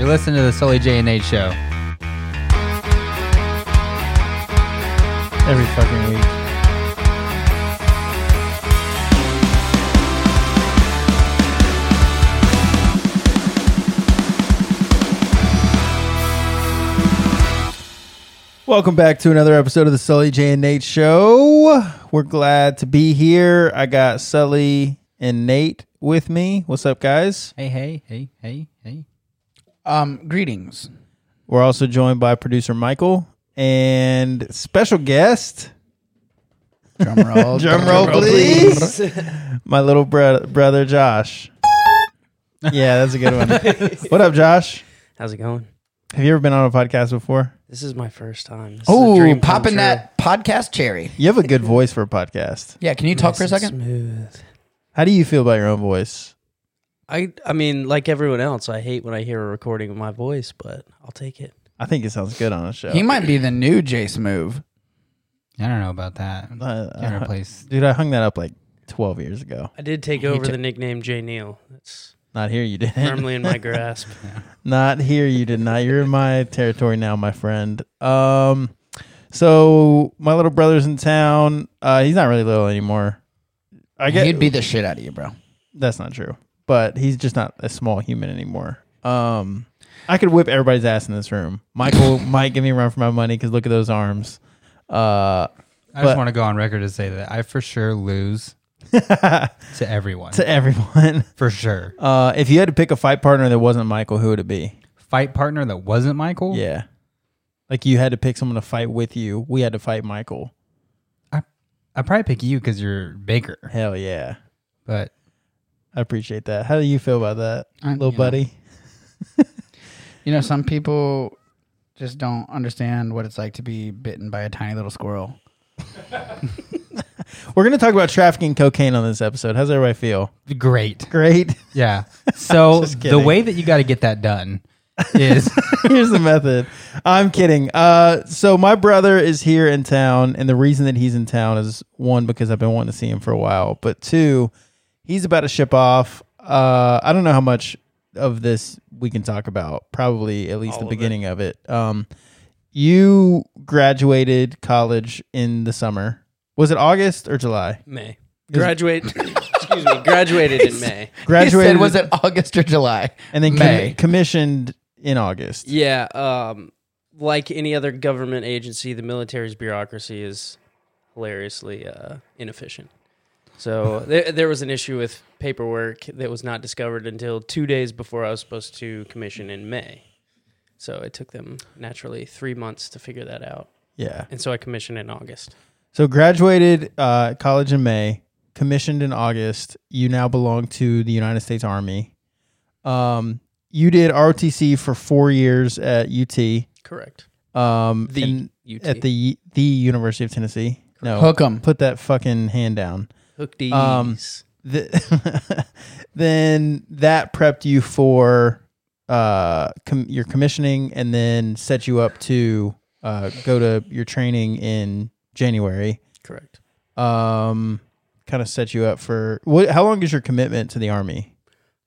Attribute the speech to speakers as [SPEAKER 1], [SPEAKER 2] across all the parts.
[SPEAKER 1] listen to the Sully J and H show.
[SPEAKER 2] every fucking week. Welcome back to another episode of the Sully J and Nate Show. We're glad to be here. I got Sully and Nate with me. What's up, guys?
[SPEAKER 1] Hey, hey, hey, hey, hey.
[SPEAKER 3] Um, greetings.
[SPEAKER 2] We're also joined by producer Michael and special guest.
[SPEAKER 3] Drum roll.
[SPEAKER 2] Drum roll, please. My little bro- brother, Josh. Yeah, that's a good one. what up, Josh?
[SPEAKER 4] How's it going?
[SPEAKER 2] Have you ever been on a podcast before?
[SPEAKER 4] This is my first time. This is a
[SPEAKER 3] Oh,
[SPEAKER 4] dream come
[SPEAKER 3] popping
[SPEAKER 4] true.
[SPEAKER 3] that podcast cherry.
[SPEAKER 2] You have a good voice for a podcast.
[SPEAKER 3] Yeah, can you talk for a
[SPEAKER 4] Nice and
[SPEAKER 3] second?
[SPEAKER 4] Smooth.
[SPEAKER 2] How do you feel about your own voice?
[SPEAKER 4] I I mean, like everyone else, I hate when I hear a recording of my voice, but I'll take it.
[SPEAKER 2] I think it sounds good on a show.
[SPEAKER 3] He might be the new Jace move.
[SPEAKER 1] I don't know about that.
[SPEAKER 2] Uh,
[SPEAKER 1] Can't
[SPEAKER 2] uh,
[SPEAKER 1] replace.
[SPEAKER 2] dude, I hung that up like 12 years ago.
[SPEAKER 4] I did take over the nickname J Neal. That's
[SPEAKER 2] Not here, you didn't.
[SPEAKER 4] firmly in my grasp.
[SPEAKER 2] Not here, you did not. You're in my territory now, my friend. Um, so my little brother's in town. Uh, he's not really little anymore. I get
[SPEAKER 3] He'd beat the shit out of you, bro.
[SPEAKER 2] That's not true. But he's just not a small human anymore. Um, I could whip everybody's ass in this room. Michael might give me a run for my money because look at those arms. Uh,
[SPEAKER 1] I just
[SPEAKER 2] but-
[SPEAKER 1] want to go on record to say that I for sure lose to everyone.
[SPEAKER 2] to everyone.
[SPEAKER 1] for sure.
[SPEAKER 2] Uh, if you had to pick a fight partner that wasn't Michael, who would it be?
[SPEAKER 1] Fight partner that wasn't Michael.
[SPEAKER 2] Yeah. Like you had to pick someone to fight with you. We had to fight Michael.
[SPEAKER 1] I probably pick you because you're Baker.
[SPEAKER 2] Hell yeah.
[SPEAKER 1] But
[SPEAKER 2] I appreciate that. How do you feel about that,
[SPEAKER 3] I-
[SPEAKER 2] little
[SPEAKER 3] you know.
[SPEAKER 2] buddy?
[SPEAKER 3] You know, some people just don't understand what it's like to be bitten by a tiny little squirrel.
[SPEAKER 2] We're going to talk about trafficking cocaine on this episode. How's everybody feel?
[SPEAKER 1] great.
[SPEAKER 2] Great.
[SPEAKER 1] Yeah. So
[SPEAKER 2] Just
[SPEAKER 1] the
[SPEAKER 2] kidding.
[SPEAKER 1] way that you got to get that done is
[SPEAKER 2] Here's the method. I'm kidding. Uh, so my brother is here in town, and the reason that he's in town is one because I've been wanting to see him for a while, but two, he's about to ship off. Uh, I don't know how much of this we can talk about. Probably at least
[SPEAKER 4] All
[SPEAKER 2] the
[SPEAKER 4] of
[SPEAKER 2] beginning of it. Um, you graduated college in the summer. Was it August or July?
[SPEAKER 4] May graduate. excuse me. Graduated in May.
[SPEAKER 2] Graduated.
[SPEAKER 3] He said, was it August or July?
[SPEAKER 2] and then commi-
[SPEAKER 3] May?
[SPEAKER 2] commissioned in August.
[SPEAKER 4] Yeah. Um, like any other government agency, the military's bureaucracy is hilariously uh, inefficient. So there, there was an issue with paperwork that was not discovered until two days before I was supposed to commission in May. So it took them naturally three months to figure that out,
[SPEAKER 2] Yeah.
[SPEAKER 4] and so I commissioned in August.
[SPEAKER 2] So graduated uh, college in May, commissioned in August. You now belong to the United States Army. Um, you did ROTC for four years at UT.
[SPEAKER 4] Correct.
[SPEAKER 2] Um,
[SPEAKER 4] The
[SPEAKER 2] and
[SPEAKER 4] UT.
[SPEAKER 2] at the the University of Tennessee. No,
[SPEAKER 3] Hook 'em.
[SPEAKER 2] Put that fucking hand down.
[SPEAKER 4] Hooked
[SPEAKER 2] um,
[SPEAKER 4] Ease.
[SPEAKER 2] The- then that prepped you for uh, com- your commissioning, and then set you up to uh, go to your training in January
[SPEAKER 4] Correct.
[SPEAKER 2] um kind of set you up for what how long is your commitment to the army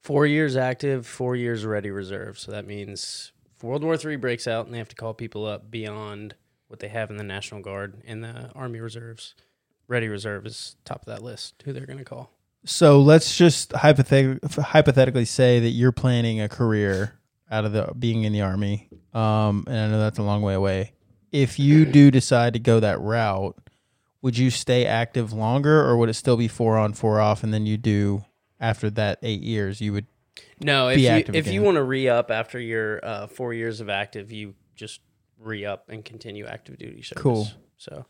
[SPEAKER 4] Four years active, four years ready reserve. So that means if World War III breaks out and they have to call people up beyond what they have in the National Guard and the Army Reserves. Ready reserve is top of that list. Who they're going to call?
[SPEAKER 2] so let's just hypothet- hypothetically say that you're planning a career out of the being in the army um and i know that's a long way away if you do decide to go that route would you stay active longer or would it still be four on four off and then you do after that eight years you would
[SPEAKER 4] No, if
[SPEAKER 2] Be
[SPEAKER 4] you
[SPEAKER 2] active
[SPEAKER 4] if you
[SPEAKER 2] again.
[SPEAKER 4] want to re up after your uh, four years of active, you just re up and continue active duty service.
[SPEAKER 2] Cool.
[SPEAKER 4] So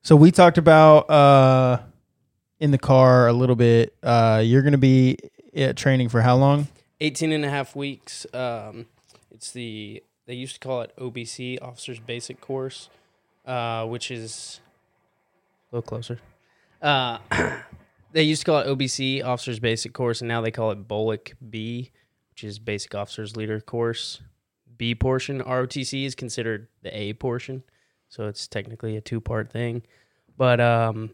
[SPEAKER 2] So we talked about uh, in the car a little bit. Uh, you're going to be at training for how long?
[SPEAKER 4] 18 and a half weeks. Um, it's the, they used to call it OBC, Officer's Basic Course, uh, which is a little closer. Uh, they used to call it OBC, Officer's Basic Course, and now they call it BOLIC B, which is Basic Officer's Leader Course. B portion, ROTC is considered the A portion. So it's technically a two part thing. But um,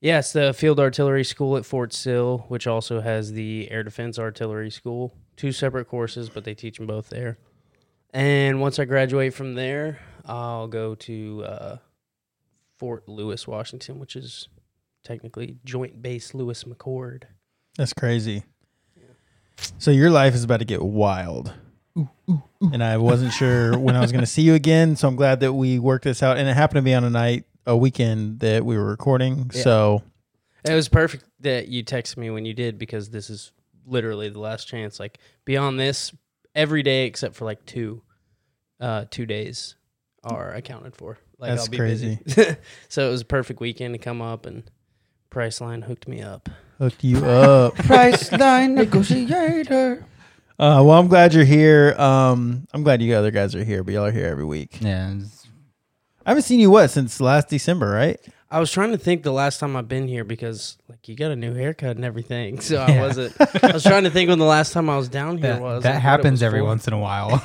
[SPEAKER 4] yeah, it's the Field Artillery School at Fort Sill, which also has the Air Defense Artillery School, two separate courses, but they teach them both there. And once I graduate from there, I'll go to uh, Fort Lewis, Washington, which is technically Joint Base Lewis McCord.
[SPEAKER 2] That's crazy. So your life is about to get wild. And I wasn't sure when I was going to see you again, so I'm glad that we worked this out. And it happened to be on a night, a weekend that we were recording.
[SPEAKER 4] Yeah.
[SPEAKER 2] So
[SPEAKER 4] It was perfect that you texted me when you did because this is literally the last chance. Like beyond this, every day except for like two, uh, two days are accounted for. Like
[SPEAKER 2] That's
[SPEAKER 4] busy. so it was a perfect weekend to come up and Priceline hooked me up.
[SPEAKER 2] hooked you up.
[SPEAKER 3] Priceline negotiator.
[SPEAKER 2] Uh, well, I'm glad you're here. Um, I'm glad you other guys are here, but y'all are here every week.
[SPEAKER 1] Yeah. it's-
[SPEAKER 2] I haven't seen you what since last December, right?
[SPEAKER 4] I was trying to think the last time I've been here because like you got a new haircut and everything. So I
[SPEAKER 1] Yeah.
[SPEAKER 4] wasn't. I was trying to think when the last time I was down here
[SPEAKER 1] That,
[SPEAKER 4] was.
[SPEAKER 1] that
[SPEAKER 4] I thought it
[SPEAKER 1] happens
[SPEAKER 4] was
[SPEAKER 1] every
[SPEAKER 4] four-
[SPEAKER 1] once in a while.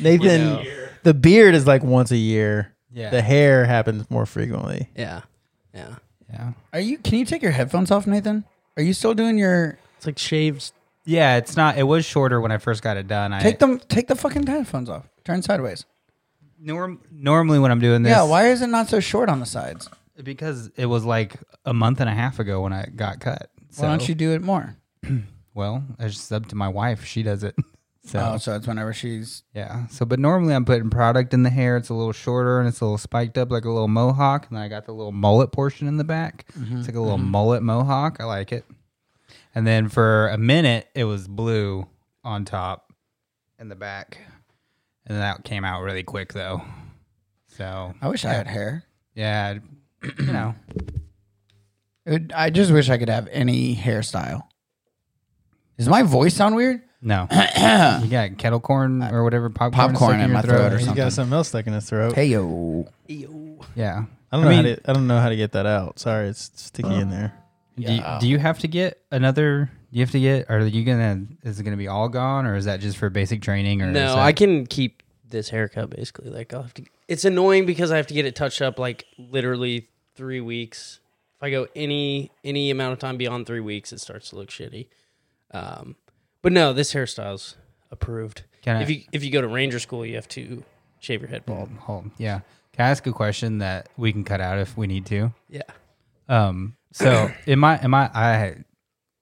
[SPEAKER 2] Nathan,
[SPEAKER 4] know.
[SPEAKER 2] the beard is like once a year.
[SPEAKER 1] yeah.
[SPEAKER 2] The hair happens more frequently.
[SPEAKER 4] Yeah, yeah.
[SPEAKER 1] yeah.
[SPEAKER 3] Are you? Can you take your headphones off, Nathan? Are you still doing your?
[SPEAKER 4] It's like shaved.
[SPEAKER 1] Yeah, it's not. It was shorter when I first got it done. I
[SPEAKER 3] Take them. Take the fucking headphones off. Turn sideways.
[SPEAKER 1] norm, normally when I'm doing this.
[SPEAKER 3] Yeah. Why is it not so short on the sides?
[SPEAKER 1] Because it was like a month and a half ago when I got cut. So,
[SPEAKER 3] Why don't you do it more?
[SPEAKER 1] Well, it's just up to my wife. She does it. So
[SPEAKER 3] Oh, so it's whenever she's
[SPEAKER 1] yeah. So, but normally I'm putting product in the hair. It's a little shorter and it's a little spiked up like a little mohawk. And then I got the little mullet portion in the back.
[SPEAKER 3] Mm-hmm.
[SPEAKER 1] It's like a little mullet mohawk. I like it. And then for a minute it was blue on top and the back, and that came out really quick though. So
[SPEAKER 3] I wish I had hair.
[SPEAKER 1] yeah, you know.
[SPEAKER 3] It would- I just wish I could have any hairstyle. Does my voice sound weird?
[SPEAKER 1] No. you got kettle corn or whatever popcorn,
[SPEAKER 3] popcorn
[SPEAKER 1] stuck
[SPEAKER 3] in
[SPEAKER 1] your
[SPEAKER 3] my throat or
[SPEAKER 2] He's
[SPEAKER 3] something.
[SPEAKER 2] got something else stuck in his throat.
[SPEAKER 3] Hey yo.
[SPEAKER 1] Yeah.
[SPEAKER 2] I don't know.
[SPEAKER 1] I
[SPEAKER 2] how
[SPEAKER 1] mean-
[SPEAKER 2] to, I don't know how to get that out. Sorry, it's sticky in there.
[SPEAKER 1] Do you, do you have to get another? Do you have to get? Are you gonna? Is it gonna be all gone, or is that just for basic training? Or is
[SPEAKER 4] No,
[SPEAKER 1] that-
[SPEAKER 4] I can keep this haircut basically. Like I'll have to. It's annoying because I have to get it touched up like literally three weeks. If I go any any amount of time beyond three weeks, it starts to look shitty. Um, but no, this hairstyle's approved.
[SPEAKER 1] Can I-
[SPEAKER 4] if you if you go to Ranger School, you have to shave your head bald.
[SPEAKER 1] Hold, yeah. Can I ask a question that we can cut out if we need to?
[SPEAKER 4] Yeah,
[SPEAKER 1] Um. So in my in my I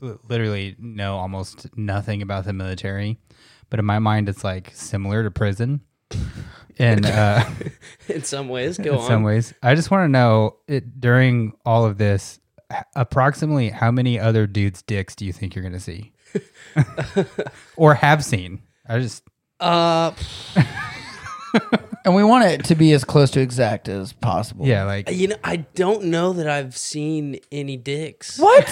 [SPEAKER 1] l- literally know almost nothing about the military, but in my mind it's like similar to prison. And uh,
[SPEAKER 4] in some ways, go
[SPEAKER 1] in
[SPEAKER 4] on.
[SPEAKER 1] some ways, I just want to know it, during all of this, h- approximately how many other dudes' dicks do you think you're going to see, or have seen? I just
[SPEAKER 4] Uh,
[SPEAKER 3] And we want it to be as close to exact as possible.
[SPEAKER 1] yeah, like
[SPEAKER 4] you know, I don't know that I've seen any dicks.
[SPEAKER 3] What?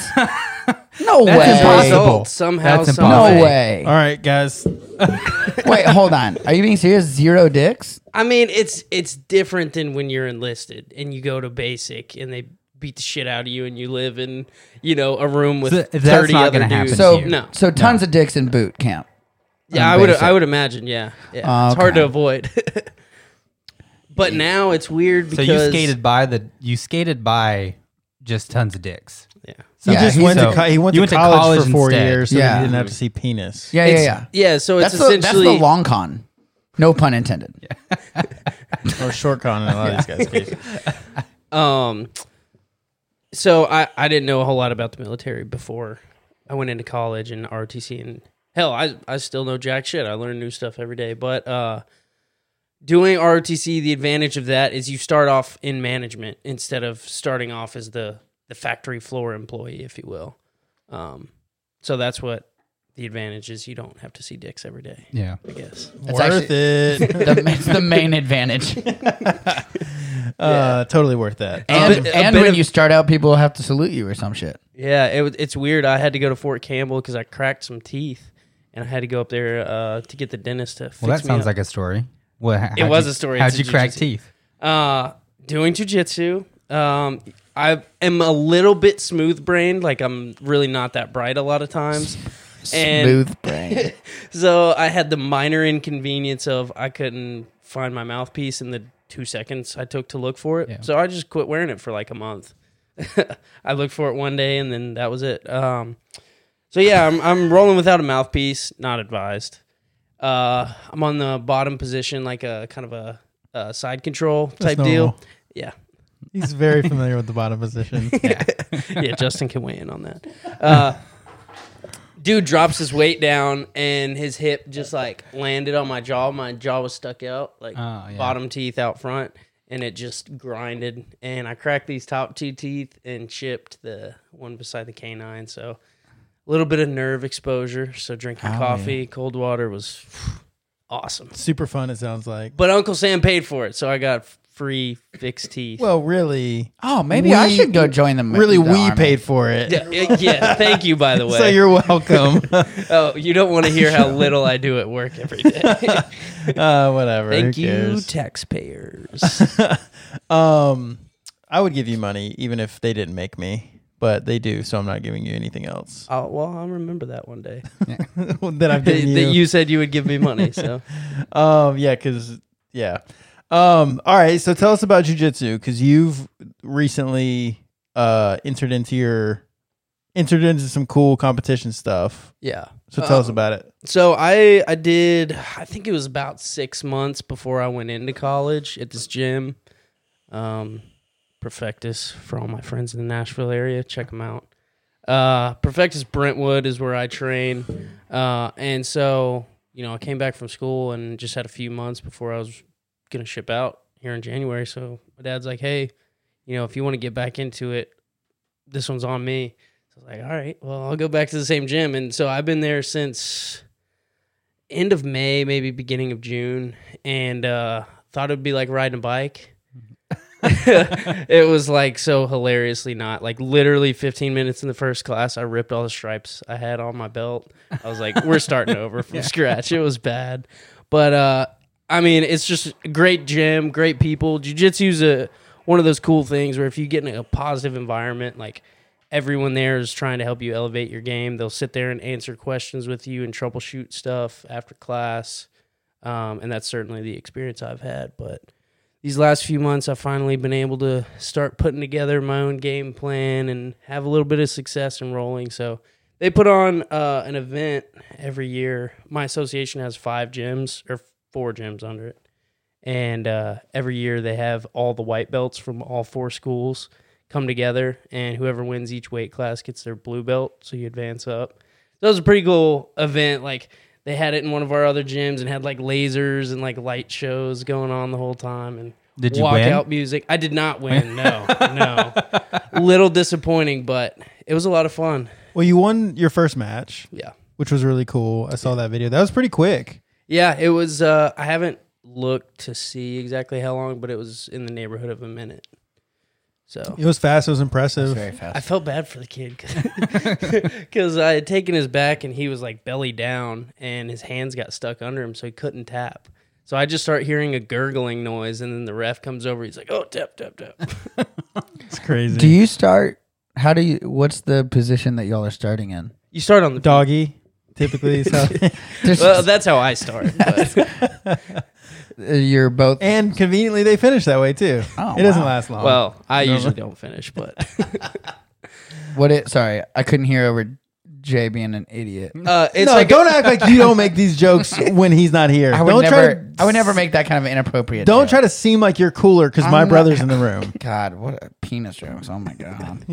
[SPEAKER 3] No
[SPEAKER 1] That's
[SPEAKER 3] way.
[SPEAKER 1] impossible.
[SPEAKER 4] Adult Somehow,
[SPEAKER 1] That's
[SPEAKER 4] some
[SPEAKER 3] No
[SPEAKER 1] impossible.
[SPEAKER 4] way.
[SPEAKER 3] way.
[SPEAKER 2] All right, guys.
[SPEAKER 3] Wait, hold on. Are you being serious? Zero dicks?
[SPEAKER 4] I mean, it's it's different than when you're enlisted and you go to basic and they beat the shit out of you and you live in you know a room with
[SPEAKER 1] So that's
[SPEAKER 4] thirty
[SPEAKER 1] not
[SPEAKER 4] other
[SPEAKER 1] gonna happen
[SPEAKER 4] dudes.
[SPEAKER 1] to
[SPEAKER 3] So
[SPEAKER 1] you.
[SPEAKER 4] no,
[SPEAKER 3] so tons of dicks in boot camp.
[SPEAKER 4] yeah,
[SPEAKER 3] on
[SPEAKER 4] I would
[SPEAKER 3] basic.
[SPEAKER 4] I would imagine, yeah, yeah. it's hard
[SPEAKER 3] Okay.
[SPEAKER 4] to avoid. but now it's weird
[SPEAKER 1] so
[SPEAKER 4] because
[SPEAKER 1] you skated by the you skated by just tons of dicks.
[SPEAKER 4] Yeah,
[SPEAKER 1] So
[SPEAKER 3] He just
[SPEAKER 2] He
[SPEAKER 3] Yeah,
[SPEAKER 2] went,
[SPEAKER 1] so
[SPEAKER 2] to, co- he went,
[SPEAKER 1] you
[SPEAKER 2] to, college for four
[SPEAKER 1] instead.
[SPEAKER 2] years, so that
[SPEAKER 3] Yeah.
[SPEAKER 2] he didn't have to see penis.
[SPEAKER 3] Yeah, yeah,
[SPEAKER 4] It's-
[SPEAKER 3] yeah.
[SPEAKER 4] yeah. So it's
[SPEAKER 3] That's the, that's the
[SPEAKER 4] essentially
[SPEAKER 3] long con. No pun intended.
[SPEAKER 2] or short con in a lot of these guys' cases.
[SPEAKER 4] Um, so I, I didn't know a whole lot about the military before I went into college and ROTC and hell, I, I still know jack shit. I learn new stuff every day. But uh, doing ROTC, the advantage of that is you start off in management instead of starting off as the, the factory floor employee, if you will. Um, so that's what the advantage is. You don't have to see dicks every day,
[SPEAKER 1] Yeah,
[SPEAKER 4] I guess.
[SPEAKER 3] It's
[SPEAKER 2] worth
[SPEAKER 3] actually-
[SPEAKER 2] it.
[SPEAKER 3] The, it's the main advantage.
[SPEAKER 2] Uh, totally worth that.
[SPEAKER 3] And,
[SPEAKER 4] bit- a
[SPEAKER 3] and
[SPEAKER 4] bit
[SPEAKER 3] when
[SPEAKER 4] of-
[SPEAKER 3] you start out, people have to salute you or some shit.
[SPEAKER 4] Yeah, it, was- it's weird. I had to go to Fort Campbell because I cracked some teeth, and I had to go up there uh, to get the dentist to fix
[SPEAKER 1] well, that
[SPEAKER 4] me
[SPEAKER 1] sounds
[SPEAKER 4] up.
[SPEAKER 1] like a story. Well, h-
[SPEAKER 4] It
[SPEAKER 1] how'd
[SPEAKER 4] was
[SPEAKER 1] you-
[SPEAKER 4] a story.
[SPEAKER 1] How'd
[SPEAKER 4] It's
[SPEAKER 1] you
[SPEAKER 4] a
[SPEAKER 1] crack
[SPEAKER 4] jujitsu.
[SPEAKER 1] teeth?
[SPEAKER 4] uh, doing jujitsu. Um, I am a little bit smooth brained. Like I'm really not that bright a lot of times. And-
[SPEAKER 3] Smooth brain.
[SPEAKER 4] So I had the minor inconvenience of I couldn't find my mouthpiece in the two seconds I took to look for it.
[SPEAKER 1] Yeah.
[SPEAKER 4] So I just quit wearing it for like a month. I looked for it one day and then that was it. Um, So yeah, I'm I'm rolling without a mouthpiece. Not advised. Uh, I'm on the bottom position, like a kind of a, a side control type deal.
[SPEAKER 2] normal.
[SPEAKER 4] Yeah,
[SPEAKER 2] He's very familiar with the bottom position.
[SPEAKER 4] yeah, Justin can weigh in on that. Uh, dude drops his weight down, and his hip just like landed on my jaw. My jaw was stuck out, like
[SPEAKER 1] Oh, yeah.
[SPEAKER 4] bottom teeth out front, and it just grinded. And I cracked these top two teeth and chipped the one beside the canine. So a little bit of nerve exposure. So drinking
[SPEAKER 2] Oh,
[SPEAKER 4] coffee, cold water was awesome.
[SPEAKER 2] Super fun. It sounds like.
[SPEAKER 4] But Uncle Sam paid for it, so I got free fixed teeth.
[SPEAKER 2] Well, really,
[SPEAKER 3] Oh, maybe I
[SPEAKER 2] We-
[SPEAKER 3] should go join them.
[SPEAKER 2] really, we paid for it.
[SPEAKER 4] yeah, yeah, thank you by the way.
[SPEAKER 2] So you're welcome.
[SPEAKER 4] Oh, you don't want to hear how little I do at work every day.
[SPEAKER 2] uh, whatever.
[SPEAKER 4] Thank
[SPEAKER 2] who
[SPEAKER 4] you,
[SPEAKER 2] cares?
[SPEAKER 4] taxpayers.
[SPEAKER 2] Um, I would give you money even if they didn't make me, but they do, so I'm not giving you anything else.
[SPEAKER 4] oh, well, I'll remember that one day.
[SPEAKER 2] that I've
[SPEAKER 4] that
[SPEAKER 2] given
[SPEAKER 4] that
[SPEAKER 2] you.
[SPEAKER 4] you said you would give me money. So,
[SPEAKER 2] Um, yeah, because yeah. Um, all right. So tell us about jujitsu because you've recently uh entered into your entered into some cool competition stuff.
[SPEAKER 4] yeah.
[SPEAKER 2] So tell us
[SPEAKER 4] Um,
[SPEAKER 3] Uh,
[SPEAKER 2] about it.
[SPEAKER 4] So I I did I think it was about six months before I went into college at this gym, um, Perfectus for all my friends in the Nashville area. Check them out. Uh, Perfectus Brentwood is where I train, uh, and so you know I came back from school and just had a few months before I was gonna ship out here in January. So my dad's like, hey, you know if you want to get back into it, this one's on me. So I was like, all right, well, I'll go back to the same gym. And so I've been there since end of May, maybe beginning of June, and uh, thought it'd be like riding a bike. it was like so hilariously not like literally 15 minutes in the first class. I ripped all the stripes I had on my belt. I was like, we're starting over from scratch. It was bad, but uh, I mean, it's just a great gym, great people. Jiu Jitsu's a one of those cool things where if you get in a positive environment, like everyone there is trying to help you elevate your game. They'll sit there and answer questions with you and troubleshoot stuff after class. Um, and that's certainly the experience I've had. But these last few months, I've finally been able to start putting together my own game plan and have a little bit of success in rolling. So they put on uh, an event every year. My association has five gyms or four gyms under it. And uh, every year they have all the white belts from all four schools come together, and whoever wins each weight class gets their blue belt. So you advance up. That was a pretty cool event. Like they had it in one of our other gyms and had like lasers and like light shows going on the whole time and
[SPEAKER 1] Did you win?
[SPEAKER 4] walkout music. I did not win. No, no. Little disappointing, but it was a lot of fun.
[SPEAKER 2] Well, you won your first match,
[SPEAKER 4] Yeah.
[SPEAKER 2] which was really cool. I saw that video. That was pretty quick.
[SPEAKER 4] Yeah, it was. Uh, I haven't looked to see exactly how long, but it was in the neighborhood of a minute. So
[SPEAKER 2] It was fast. It was impressive.
[SPEAKER 3] Very fast.
[SPEAKER 4] I felt bad for the kid because I had taken his back and he was like belly down and his hands got stuck under him, so he couldn't tap. So I just start hearing a gurgling noise, and then the ref comes over. He's like, "Oh, tap, tap, tap."
[SPEAKER 2] It's crazy.
[SPEAKER 3] Do you start? How do you? What's the position that y'all are starting in?
[SPEAKER 4] You start on the
[SPEAKER 2] Doggy typically. is how-
[SPEAKER 3] There's-
[SPEAKER 4] Well, that's how I start. but-
[SPEAKER 3] uh, you're both.
[SPEAKER 2] and conveniently, they finish that way too.
[SPEAKER 3] Oh,
[SPEAKER 2] it doesn't
[SPEAKER 3] wow.
[SPEAKER 2] last long.
[SPEAKER 4] well, I
[SPEAKER 2] No.
[SPEAKER 4] usually don't finish, but
[SPEAKER 3] What it? Sorry, I couldn't hear over Jay being an idiot.
[SPEAKER 4] uh, it's
[SPEAKER 2] no,
[SPEAKER 4] like
[SPEAKER 2] don't act like you don't make these jokes when he's not here.
[SPEAKER 3] I would
[SPEAKER 2] don't
[SPEAKER 3] never.
[SPEAKER 2] try.
[SPEAKER 3] I would never make that kind of inappropriate.
[SPEAKER 2] Don't
[SPEAKER 3] joke.
[SPEAKER 2] try to seem like you're cooler because my
[SPEAKER 3] I'm not-
[SPEAKER 2] brother's in the room.
[SPEAKER 3] God, what a penis jokes! Oh my god.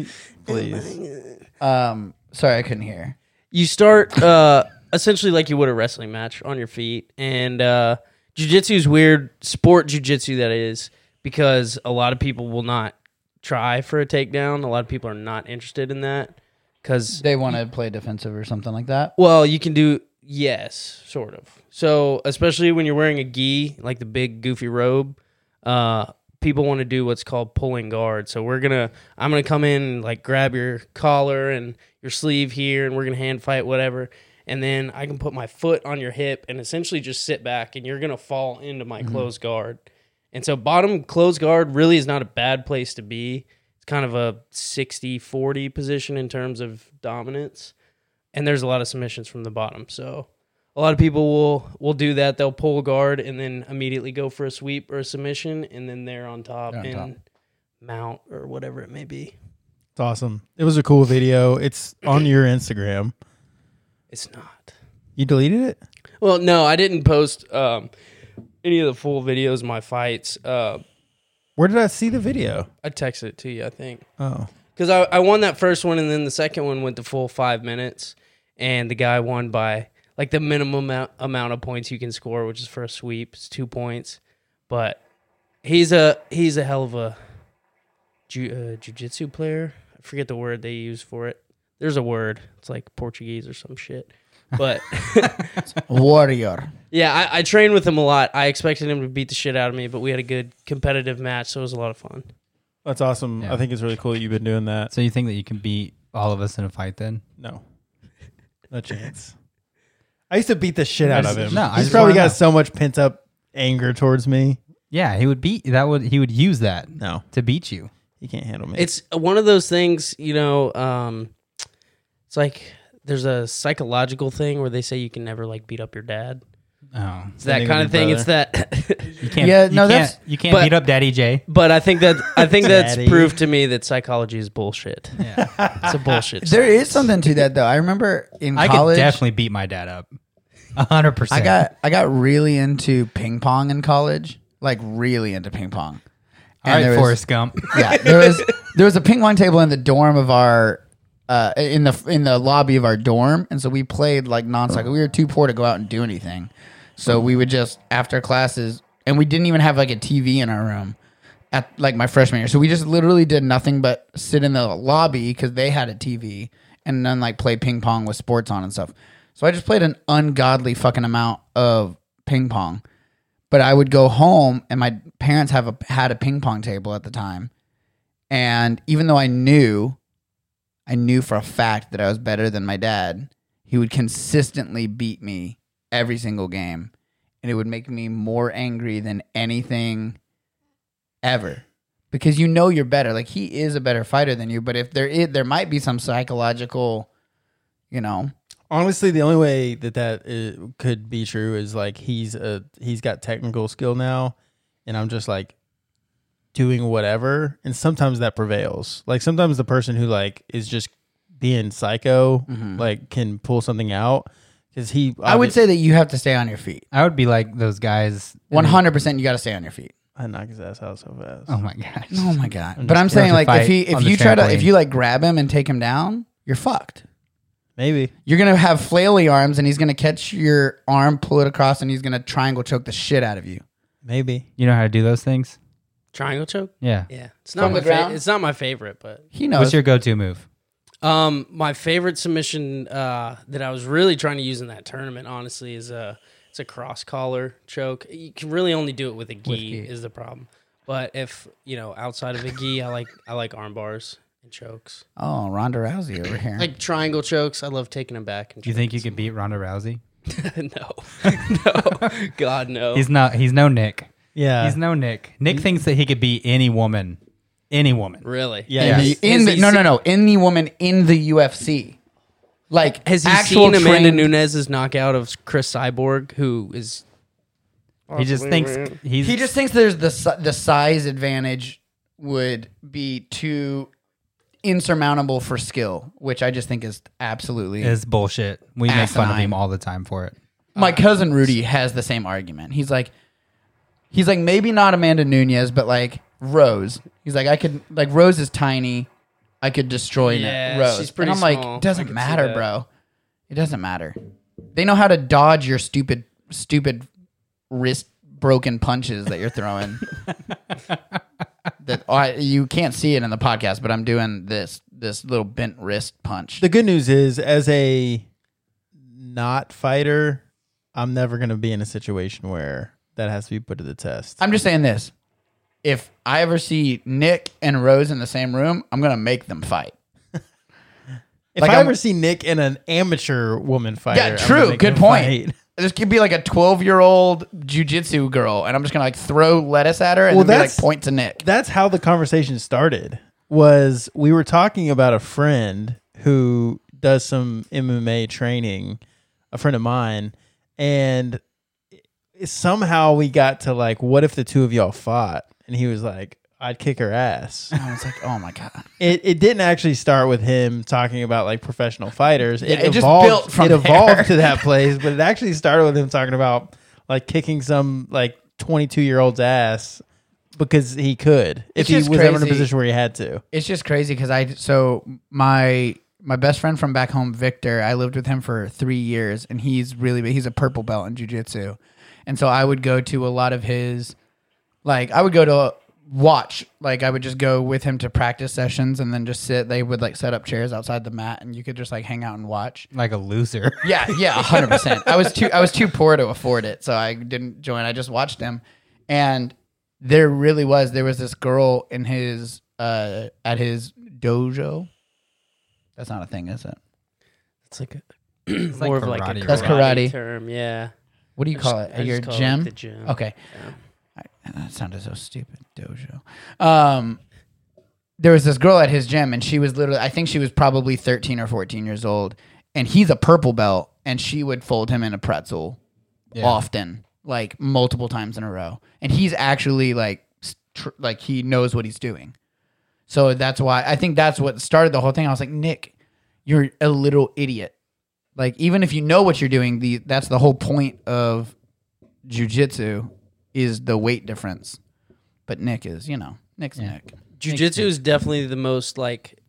[SPEAKER 2] Please.
[SPEAKER 3] um, sorry, I couldn't hear.
[SPEAKER 4] you start uh, essentially like you would a wrestling match on your feet and uh, jiu-jitsu is weird sport jiu-jitsu that is because a lot of people will not try for a takedown a lot of people are not interested in that because
[SPEAKER 3] They want to play defensive or something like that.
[SPEAKER 4] well you can do yes sort of so especially when you're wearing a gi like the big goofy robe uh, people want to do what's called pulling guard so we're gonna i'm gonna come in and like grab your collar and your sleeve here and we're gonna hand fight whatever and then i can put my foot on your hip and essentially just sit back and you're gonna fall into my closed guard and so bottom closed guard really is not a bad place to be it's kind of a 60 40 position in terms of dominance and there's a lot of submissions from the bottom. So a lot of people will will do that. They'll pull guard and then immediately go for a sweep or a submission, and then they're on top
[SPEAKER 3] They're on
[SPEAKER 4] and
[SPEAKER 3] top.
[SPEAKER 4] mount or whatever it may be.
[SPEAKER 2] It's awesome. It was a cool video. It's on your Instagram.
[SPEAKER 4] It's not.
[SPEAKER 2] You deleted it?
[SPEAKER 4] Well, no, I didn't post um, any of the full videos of my fights. Uh,
[SPEAKER 2] Where did I see the video?
[SPEAKER 4] I texted it to you, I think.
[SPEAKER 2] Oh,
[SPEAKER 4] Because I, I won that first one, and then the second one went the full five minutes, and the guy won by like the minimum amount, amount of points you can score, which is for a sweep, it's two points. But he's a he's a hell of a ju- uh, jujitsu player. I forget the word they use for it. There's a word. It's like Portuguese or some shit. But
[SPEAKER 3] Warrior.
[SPEAKER 4] yeah, I, I trained with him a lot. I expected him to beat the shit out of me, but we had a good competitive match, so it was a lot of fun.
[SPEAKER 2] that's awesome.
[SPEAKER 1] Yeah.
[SPEAKER 2] I think it's really cool that you've been doing that.
[SPEAKER 1] So you think that you can beat all of us in a fight then?
[SPEAKER 2] No, no chance. I used to beat the shit out of him.
[SPEAKER 1] No, I
[SPEAKER 2] he's
[SPEAKER 1] just
[SPEAKER 2] probably
[SPEAKER 1] wanna
[SPEAKER 2] got
[SPEAKER 1] know.
[SPEAKER 2] so much pent up anger towards me.
[SPEAKER 1] Yeah, he would beat that would he would use that
[SPEAKER 2] No,
[SPEAKER 1] to beat you.
[SPEAKER 2] he can't handle me.
[SPEAKER 4] it's one of those things you know um it's like there's a psychological thing where they say you can never like beat up your dad
[SPEAKER 1] Oh.
[SPEAKER 4] it's that
[SPEAKER 2] Same
[SPEAKER 4] kind of thing
[SPEAKER 2] thing with
[SPEAKER 4] it's that
[SPEAKER 1] You can't
[SPEAKER 3] Yeah,
[SPEAKER 1] you
[SPEAKER 3] no,
[SPEAKER 1] can't,
[SPEAKER 3] that's-
[SPEAKER 1] you can't
[SPEAKER 4] but-
[SPEAKER 1] beat up Daddy J.
[SPEAKER 4] but i think that i think that's
[SPEAKER 2] Daddy.
[SPEAKER 4] proof to me that psychology is bullshit
[SPEAKER 1] Yeah.
[SPEAKER 4] it's a bullshit
[SPEAKER 3] There
[SPEAKER 4] science.
[SPEAKER 3] is something to that though. I remember in
[SPEAKER 1] I could
[SPEAKER 3] college,
[SPEAKER 1] definitely beat my dad up. A hundred percent.
[SPEAKER 3] I got I got really into ping pong in college, like really into ping pong.
[SPEAKER 1] all
[SPEAKER 3] And
[SPEAKER 1] right,
[SPEAKER 3] there was-
[SPEAKER 1] Forrest Gump.
[SPEAKER 3] yeah, there was there was a ping pong table in the dorm of our uh, in the in the lobby of our dorm, and so we played like nonstop. We were too poor to go out and do anything, so we would just after classes, and we didn't even have like a TV in our room at like my freshman year. So we just literally did nothing but sit in the lobby because they had a TV, and then like play ping pong with sports on and stuff. So I just played an ungodly fucking amount of ping pong but I would go home and my parents have a had a ping pong table at the time. And even though I knew I knew for a fact that I was better than my dad, he would consistently beat me every single game and it would make me more angry than anything ever. Because you know you're better. Like he is a better fighter than you, but if there is, there might be some psychological, you know,
[SPEAKER 2] Honestly, the only way that that uh could be true is like he's a he's got technical skill now, and I'm just like doing whatever. And sometimes that prevails. Like sometimes the person who like is just being psycho like can pull something out because he.
[SPEAKER 3] Mm-hmm. I would say that you have to stay on your feet.
[SPEAKER 1] I would be like those guys.
[SPEAKER 3] 100% you got to stay on your feet.
[SPEAKER 2] I knock his ass out so fast.
[SPEAKER 1] Oh my gosh.
[SPEAKER 3] Oh my god!
[SPEAKER 2] I'm
[SPEAKER 3] but
[SPEAKER 2] just
[SPEAKER 3] I'm
[SPEAKER 1] gonna have
[SPEAKER 3] saying,
[SPEAKER 1] to
[SPEAKER 3] like,
[SPEAKER 1] fight
[SPEAKER 3] if he
[SPEAKER 1] on
[SPEAKER 3] if
[SPEAKER 1] the
[SPEAKER 3] you try to
[SPEAKER 1] trampoline.
[SPEAKER 3] if you like grab him and take him down, you're fucked.
[SPEAKER 2] Maybe
[SPEAKER 3] You're gonna have flaily arms, and he's gonna catch your arm, pull it across, and he's gonna triangle choke the shit out of you.
[SPEAKER 2] maybe
[SPEAKER 1] You know how to do those things?
[SPEAKER 4] triangle choke
[SPEAKER 1] Yeah.
[SPEAKER 4] yeah it's not
[SPEAKER 3] From
[SPEAKER 4] my
[SPEAKER 3] the
[SPEAKER 4] fa-
[SPEAKER 3] ground?
[SPEAKER 4] it's not my favorite but
[SPEAKER 3] He knows.
[SPEAKER 1] What's your go-to move?
[SPEAKER 4] um my favorite submission uh that i was really trying to use in that tournament honestly is a it's a cross collar choke you can really only do it with a gi, is the problem but if you know outside of a gi i like i like arm bars and chokes
[SPEAKER 3] oh, Ronda Rousey over here.
[SPEAKER 4] like triangle chokes. I love taking them back. And
[SPEAKER 1] Do you think you could beat Ronda Rousey?
[SPEAKER 4] choking. no, no, God no.
[SPEAKER 1] He's not. He's no Nick.
[SPEAKER 3] Uh,
[SPEAKER 2] yeah.
[SPEAKER 1] He's no Nick. Nick thinks that he could beat any woman, any woman.
[SPEAKER 4] really?
[SPEAKER 2] yeah,
[SPEAKER 3] in
[SPEAKER 2] he's-
[SPEAKER 3] the, in the- no, no, no, in the woman in the UFC. Like
[SPEAKER 4] Has he
[SPEAKER 3] actual
[SPEAKER 4] seen Amanda
[SPEAKER 3] trained-
[SPEAKER 4] Nunez's knockout of Chris Cyborg, who is
[SPEAKER 1] He just thinks he's.
[SPEAKER 3] He just thinks there's the si- the size advantage would be too insurmountable for skill, which I just think is absolutely
[SPEAKER 1] is bullshit. We make fun of
[SPEAKER 3] Asinine.
[SPEAKER 1] him all the time for it.
[SPEAKER 3] my
[SPEAKER 4] Uh-huh.
[SPEAKER 3] cousin Rudy has the same argument. He's like, he's like maybe not Amanda Nunez, but like Rose. He's like I could like Rose is tiny, I could destroy
[SPEAKER 4] Yeah,
[SPEAKER 3] Na- Rose.
[SPEAKER 4] she's pretty
[SPEAKER 3] and I'm like,
[SPEAKER 4] small.
[SPEAKER 3] it
[SPEAKER 4] I
[SPEAKER 3] doesn't
[SPEAKER 4] could see
[SPEAKER 3] matter,
[SPEAKER 4] that.
[SPEAKER 3] bro. It doesn't matter. They know how to dodge your stupid, stupid wrist broken punches that you're throwing. that I, you can't see it in the podcast, but I'm doing this this little bent wrist punch.
[SPEAKER 2] the good news is as a not fighter, I'm never gonna be in a situation where that has to be put to the test.
[SPEAKER 3] I'm just saying this. If I ever see Nick and Rose in the same room, I'm gonna make them fight.
[SPEAKER 2] If
[SPEAKER 3] Like,
[SPEAKER 2] I
[SPEAKER 3] I'm-
[SPEAKER 2] ever see Nick in an amateur woman fighter, I'm gonna
[SPEAKER 3] yeah, true.
[SPEAKER 2] make
[SPEAKER 3] Good
[SPEAKER 2] him
[SPEAKER 3] point.
[SPEAKER 2] fight.
[SPEAKER 3] This could be like a 12 year old jujitsu girl, and I'm just gonna like throw lettuce at her and
[SPEAKER 2] Well,
[SPEAKER 3] then be like
[SPEAKER 2] that's-
[SPEAKER 3] point to Nick.
[SPEAKER 2] That's how the conversation started. Was we were talking about a friend who does some MMA training, a friend of mine, and somehow we got to like, what if the two of y'all fought? And he was like, I'd kick her ass.
[SPEAKER 3] I was like, oh my god.
[SPEAKER 2] it, it didn't actually start with him talking about like professional fighters. It,
[SPEAKER 3] it just
[SPEAKER 2] evolved,
[SPEAKER 3] built from
[SPEAKER 2] it
[SPEAKER 3] there.
[SPEAKER 2] evolved to that place, but it actually started with him talking about like kicking some like twenty two year old's ass because he could if
[SPEAKER 3] It's
[SPEAKER 2] he was
[SPEAKER 3] just
[SPEAKER 2] ever in a
[SPEAKER 3] crazy.
[SPEAKER 2] position where he had to.
[SPEAKER 3] It's just crazy because I so my my best friend from back home, Victor. I lived with him for three years, and he's really big. He's a purple belt in jujitsu, and so I would go to a lot of his, like I would go to watch. Like I would just go with him to practice sessions, and then just sit. They would like set up chairs outside the mat, and you could just like hang out and watch.
[SPEAKER 1] Like a loser.
[SPEAKER 3] Yeah, yeah, hundred percent. I was too I was too poor to afford it, so I didn't join. I just watched him, and there really was there was this girl in his uh at his dojo. That's not a thing, is it?
[SPEAKER 4] It's like a
[SPEAKER 1] like
[SPEAKER 4] more of like a
[SPEAKER 1] karate,
[SPEAKER 4] karate
[SPEAKER 1] right?
[SPEAKER 3] That's karate.
[SPEAKER 4] term. Yeah.
[SPEAKER 3] What do you call it?
[SPEAKER 4] I
[SPEAKER 3] At your
[SPEAKER 4] just call it
[SPEAKER 3] gym?
[SPEAKER 4] the gym.
[SPEAKER 3] Okay. I, that sounded so stupid. Dojo. Um, there was this girl at his gym, and she was literally, I think she was probably 13 or 14 years old, and he's a purple belt, and she would fold him in a pretzel often, like multiple times in a row. And he's actually like, s- tr- like he knows what he's doing. So that's why I think that's what started the whole thing. I was like, Nick, you're a little idiot. Like even if you know what you're doing, the that's the whole point of jujitsu is the weight difference. But Nick is, you know, Nick's Nick.
[SPEAKER 4] Jujitsu is definitely the most like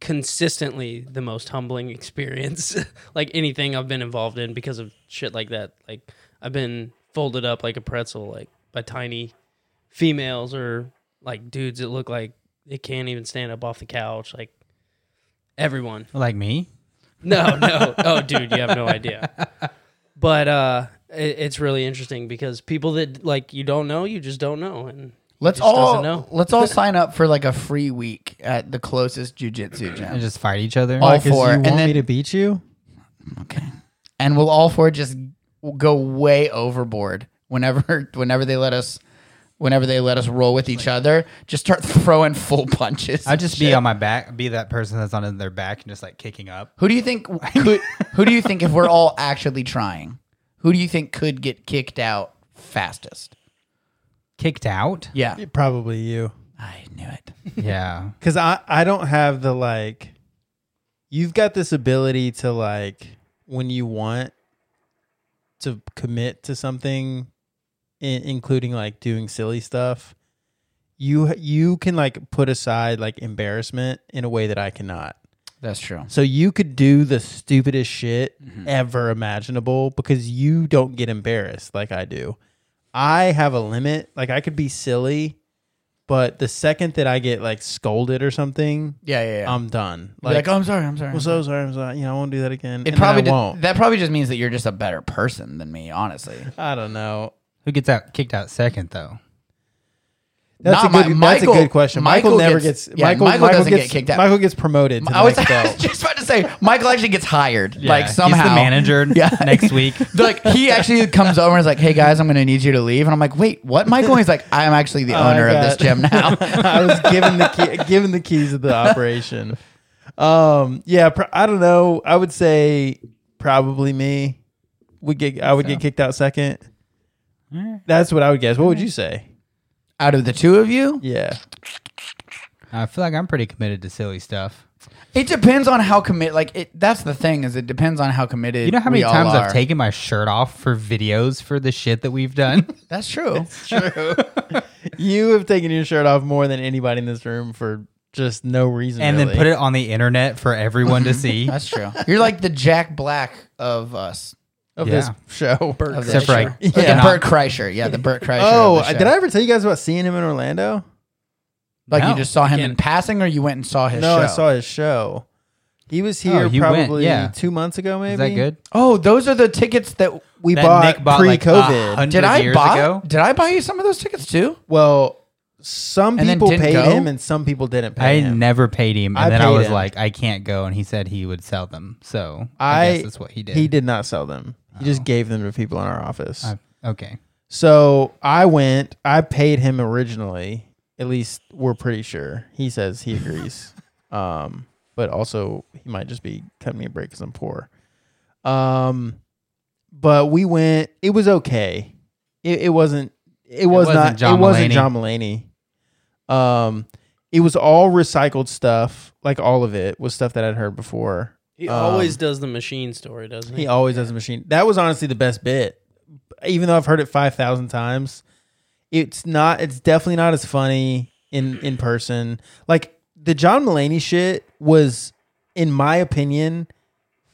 [SPEAKER 4] consistently the most humbling experience like anything I've been involved in because of shit like that. Like I've been folded up like a pretzel like by tiny females or like dudes that look like they can't even stand up off the couch like everyone.
[SPEAKER 1] Like me?
[SPEAKER 4] No, no. Oh, dude, you have no idea. But uh it, it's really interesting because people that like you don't know, you just don't know and
[SPEAKER 3] Let's
[SPEAKER 4] just doesn't
[SPEAKER 3] all
[SPEAKER 4] know.
[SPEAKER 3] let's all sign up for like a free week at the closest jujitsu
[SPEAKER 1] And
[SPEAKER 3] gym.
[SPEAKER 1] just fight each other?
[SPEAKER 3] All
[SPEAKER 2] Like, is
[SPEAKER 3] four,
[SPEAKER 2] you
[SPEAKER 3] and
[SPEAKER 2] want me
[SPEAKER 3] then-
[SPEAKER 2] to beat you?
[SPEAKER 3] Okay. And we'll all four just go way overboard whenever whenever they let us whenever they let us roll with each other, just start throwing full punches.
[SPEAKER 1] I'd
[SPEAKER 3] and
[SPEAKER 1] just
[SPEAKER 3] shit.
[SPEAKER 1] be um, on my back, be that person that's on their back and just like kicking up.
[SPEAKER 3] Who do you think could, who do you think if we're all actually trying, who do you think could get kicked out fastest?
[SPEAKER 1] Kicked out?
[SPEAKER 3] Yeah.
[SPEAKER 2] Probably you,
[SPEAKER 3] I knew it.
[SPEAKER 1] Yeah.
[SPEAKER 2] because I I don't have the like. You've got this ability to like when you want to commit to something, in, including like doing silly stuff. You you can like put aside like embarrassment in a way that I cannot.
[SPEAKER 3] That's true.
[SPEAKER 2] So you could do the stupidest shit ever imaginable because you don't get embarrassed like I do. I have a limit. Like I could be silly, but the second that I get like scolded or something,
[SPEAKER 3] Yeah, yeah, yeah.
[SPEAKER 2] I'm done.
[SPEAKER 3] Be like, oh, I'm sorry, I'm sorry.
[SPEAKER 2] I'm so sorry. I'm sorry. You know, I won't do that again.
[SPEAKER 3] it
[SPEAKER 2] and probably then
[SPEAKER 3] probably did-
[SPEAKER 2] I won't.
[SPEAKER 3] that probably just means that you're just a better person than me, honestly.
[SPEAKER 2] I don't know.
[SPEAKER 1] Who gets out kicked out second though?
[SPEAKER 2] That's,
[SPEAKER 3] Nah,
[SPEAKER 2] a, good,
[SPEAKER 3] Mi-
[SPEAKER 2] that's a
[SPEAKER 3] Michael-
[SPEAKER 2] good question. Michael,
[SPEAKER 3] Michael
[SPEAKER 2] never
[SPEAKER 3] gets-
[SPEAKER 2] gets.
[SPEAKER 3] yeah,
[SPEAKER 2] Michael,
[SPEAKER 3] Michael doesn't
[SPEAKER 2] gets,
[SPEAKER 3] get kicked out.
[SPEAKER 2] Michael gets promoted. To
[SPEAKER 3] I was
[SPEAKER 2] the next belt.
[SPEAKER 3] just about to say Michael actually gets hired,
[SPEAKER 1] Yeah,
[SPEAKER 3] like somehow
[SPEAKER 1] He's the manager
[SPEAKER 3] Yeah.
[SPEAKER 1] next week.
[SPEAKER 3] like he actually comes over and is like, "Hey guys, I'm going to need you to leave," and I'm like, "Wait, what, Michael?" He's like, "I'm actually the
[SPEAKER 2] Oh, I
[SPEAKER 3] owner of this
[SPEAKER 2] got-
[SPEAKER 3] gym now."
[SPEAKER 2] I was given the key, given the keys of the operation. Um, yeah, pr- I don't know. I would say probably me would get. I would get kicked out second. That's what I would guess. What would you say?
[SPEAKER 3] Out of the two of you,
[SPEAKER 2] Yeah,
[SPEAKER 1] I feel like I'm pretty committed to silly stuff.
[SPEAKER 3] it depends on how commit. Like it, that's the thing is, it depends on how committed.
[SPEAKER 1] You know how
[SPEAKER 3] we
[SPEAKER 1] many
[SPEAKER 3] all
[SPEAKER 1] times
[SPEAKER 3] are.
[SPEAKER 1] I've taken my shirt off for videos for the shit that we've done?
[SPEAKER 3] That's true.
[SPEAKER 2] you have taken your shirt off more than anybody in this room for just no reason,
[SPEAKER 1] and
[SPEAKER 2] really.
[SPEAKER 1] then put it on the internet for everyone to see.
[SPEAKER 3] That's true. You're like the Jack Black of us.
[SPEAKER 2] of
[SPEAKER 1] Yeah.
[SPEAKER 2] this show.
[SPEAKER 3] Of
[SPEAKER 1] Except for,
[SPEAKER 3] show.
[SPEAKER 1] like,
[SPEAKER 3] Like
[SPEAKER 2] yeah.
[SPEAKER 3] the Bert Kreischer. Yeah, the Bert Kreischer.
[SPEAKER 2] Oh,
[SPEAKER 3] of the show.
[SPEAKER 2] did I ever tell you guys about seeing him in Orlando?
[SPEAKER 3] Like you
[SPEAKER 1] No.
[SPEAKER 3] just saw him in
[SPEAKER 4] Again.
[SPEAKER 3] passing, or you went and saw his
[SPEAKER 2] no,
[SPEAKER 3] show?
[SPEAKER 2] I saw his show. He was here
[SPEAKER 1] you Oh, went,
[SPEAKER 2] probably
[SPEAKER 1] yeah.
[SPEAKER 2] two months ago, maybe.
[SPEAKER 1] Is that good?
[SPEAKER 3] Oh, those are the tickets that
[SPEAKER 2] We
[SPEAKER 1] That
[SPEAKER 2] bought,
[SPEAKER 1] Nick bought, like, a
[SPEAKER 2] pre-COVID.
[SPEAKER 1] hundred
[SPEAKER 3] did I
[SPEAKER 1] years
[SPEAKER 3] buy.
[SPEAKER 1] ago?
[SPEAKER 3] Did I buy you some of those tickets too?
[SPEAKER 2] Well, some
[SPEAKER 3] And then
[SPEAKER 2] people
[SPEAKER 3] didn't
[SPEAKER 2] paid
[SPEAKER 3] go?
[SPEAKER 2] him and some people didn't pay
[SPEAKER 1] I
[SPEAKER 2] him.
[SPEAKER 1] never paid him, and
[SPEAKER 2] I
[SPEAKER 1] then I
[SPEAKER 2] paid
[SPEAKER 1] was
[SPEAKER 2] him.
[SPEAKER 1] like, I can't go, and he said he would sell them. So I,
[SPEAKER 2] I
[SPEAKER 1] guess that's what he did.
[SPEAKER 2] He did not sell them. He
[SPEAKER 3] Oh.
[SPEAKER 2] just gave them to people in our office.
[SPEAKER 1] I- okay,
[SPEAKER 2] so I went. I paid him originally. At least we're pretty sure. He says he agrees. um, but also he might just be cutting me a break because I'm poor. Um, but we went. It was okay. It, it wasn't. It was
[SPEAKER 1] wasn't
[SPEAKER 2] not.
[SPEAKER 1] John
[SPEAKER 2] it wasn't
[SPEAKER 1] Mulaney.
[SPEAKER 2] John Mulaney. Um, it was all recycled stuff. Like all of it was stuff that I'd heard before.
[SPEAKER 4] He
[SPEAKER 2] Um,
[SPEAKER 4] always does the machine story, doesn't he?
[SPEAKER 2] He always does a machine. That was honestly the best bit. Even though I've heard it 5,000 times, it's not it's definitely not as funny in in person. Like the John Mulaney shit was in my opinion